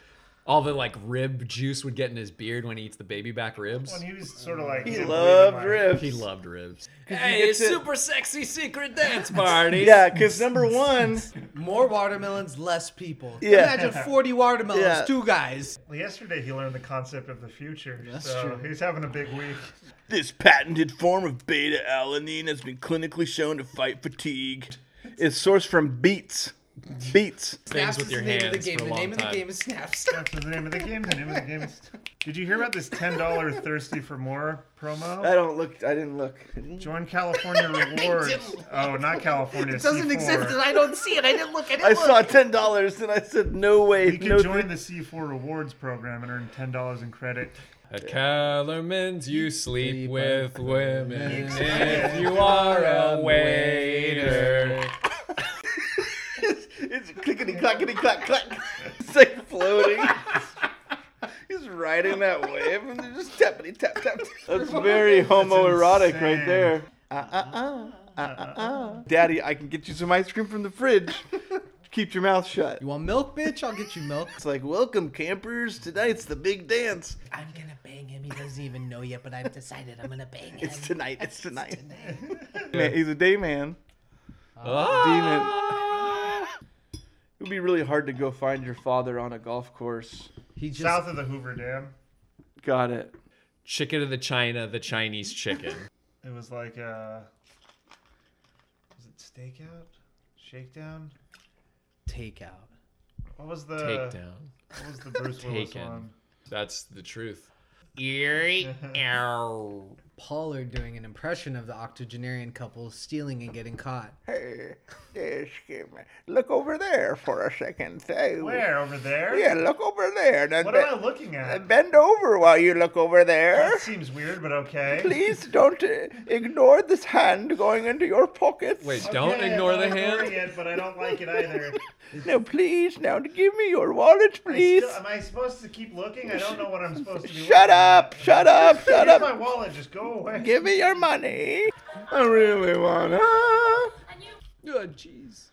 S13: All the like rib juice would get in his beard when he eats the baby back ribs.
S2: When he was sort of like
S12: He loved ribs.
S13: He loved ribs.
S22: Hey, it's super sexy secret
S1: [laughs]
S22: dance
S13: party.
S12: Yeah, because number
S13: [laughs]
S12: one,
S1: More watermelons, less people.
S12: Yeah.
S1: Imagine 40 watermelons,
S12: Yeah.
S1: two guys.
S2: Well, yesterday he learned the concept of the future,
S1: That's
S2: so
S1: true.
S2: he's having a big week.
S12: This patented form of beta alanine has been clinically shown to fight fatigue. Is sourced from beets. Beets.
S13: Things with your
S1: name of the
S13: hands
S1: game.
S13: for a
S1: The
S13: long
S1: name of the
S13: time.
S1: game is Snaps.
S2: That's the name of the game. The name of the game. Is... Did you hear about this ten dollar thirsty for more promo?
S12: I don't look. I didn't look.
S1: [laughs]
S2: Join California Rewards. oh, not California.
S1: It doesn't
S2: C4.
S1: exist, and [laughs] I don't see it. I didn't look. I didn't
S12: I
S1: look.
S12: saw ten dollars and I said, "No way,
S2: You can
S12: no."
S2: join the C4 Rewards program and earn ten dollars in credit.
S13: At Kellerman's, you sleep with women if
S2: Exactly.
S13: you are a waiter.
S12: it's clickety clackety clack clack. [laughs] It's like floating. [laughs] He's riding that wave and they're just tappity tap tap. That's very homoerotic right there. Uh, uh, uh, uh, uh, uh. Daddy, I can get you some ice cream from the [laughs] fridge. Keep your mouth shut. You
S1: want milk, bitch? I'll get you milk.
S12: It's like, welcome, campers. Tonight's the big dance.
S1: I'm gonna bang him. He doesn't even know yet, but I've decided I'm gonna bang him.
S12: It's tonight. It's tonight. [laughs] Man, he's a day man.
S13: Ah.
S12: Demon. It would be really hard to go find your father on a golf course.
S1: He just
S2: south of the Hoover Dam.
S12: Got it.
S13: Chicken of the China, the Chinese [laughs] chicken.
S2: It was like uh was it stakeout? Shakedown?
S1: Takeout.
S2: What was the
S13: Takedown.
S2: What was the Bruce Willis
S13: Taken.
S2: one?
S13: That's the truth.
S1: Pollard doing an impression of the octogenarian couple stealing and getting caught.
S14: Hey, excuse me. Look over there for a second. Hey,
S2: Where over there?
S14: Yeah, look over there. Now
S2: What
S14: be-
S2: am I looking at?
S14: Bend over while you look over there.
S2: That seems weird, but okay.
S14: Please don't uh, ignore this hand going into your pockets.
S13: [laughs] Wait, don't
S2: Okay,
S13: ignore
S2: I'm
S13: the
S2: not ignoring
S13: hand.
S2: It, but I don't like it either.
S14: No, please. Now give me your wallet, please.
S2: I still, am I supposed to keep looking? I don't know what I'm supposed to be.
S14: Shut
S2: looking at.
S14: up! Shut up! Shut up!
S2: Here's my wallet. Just go away.
S14: Give me your money. I really wanna.
S13: Oh, jeez.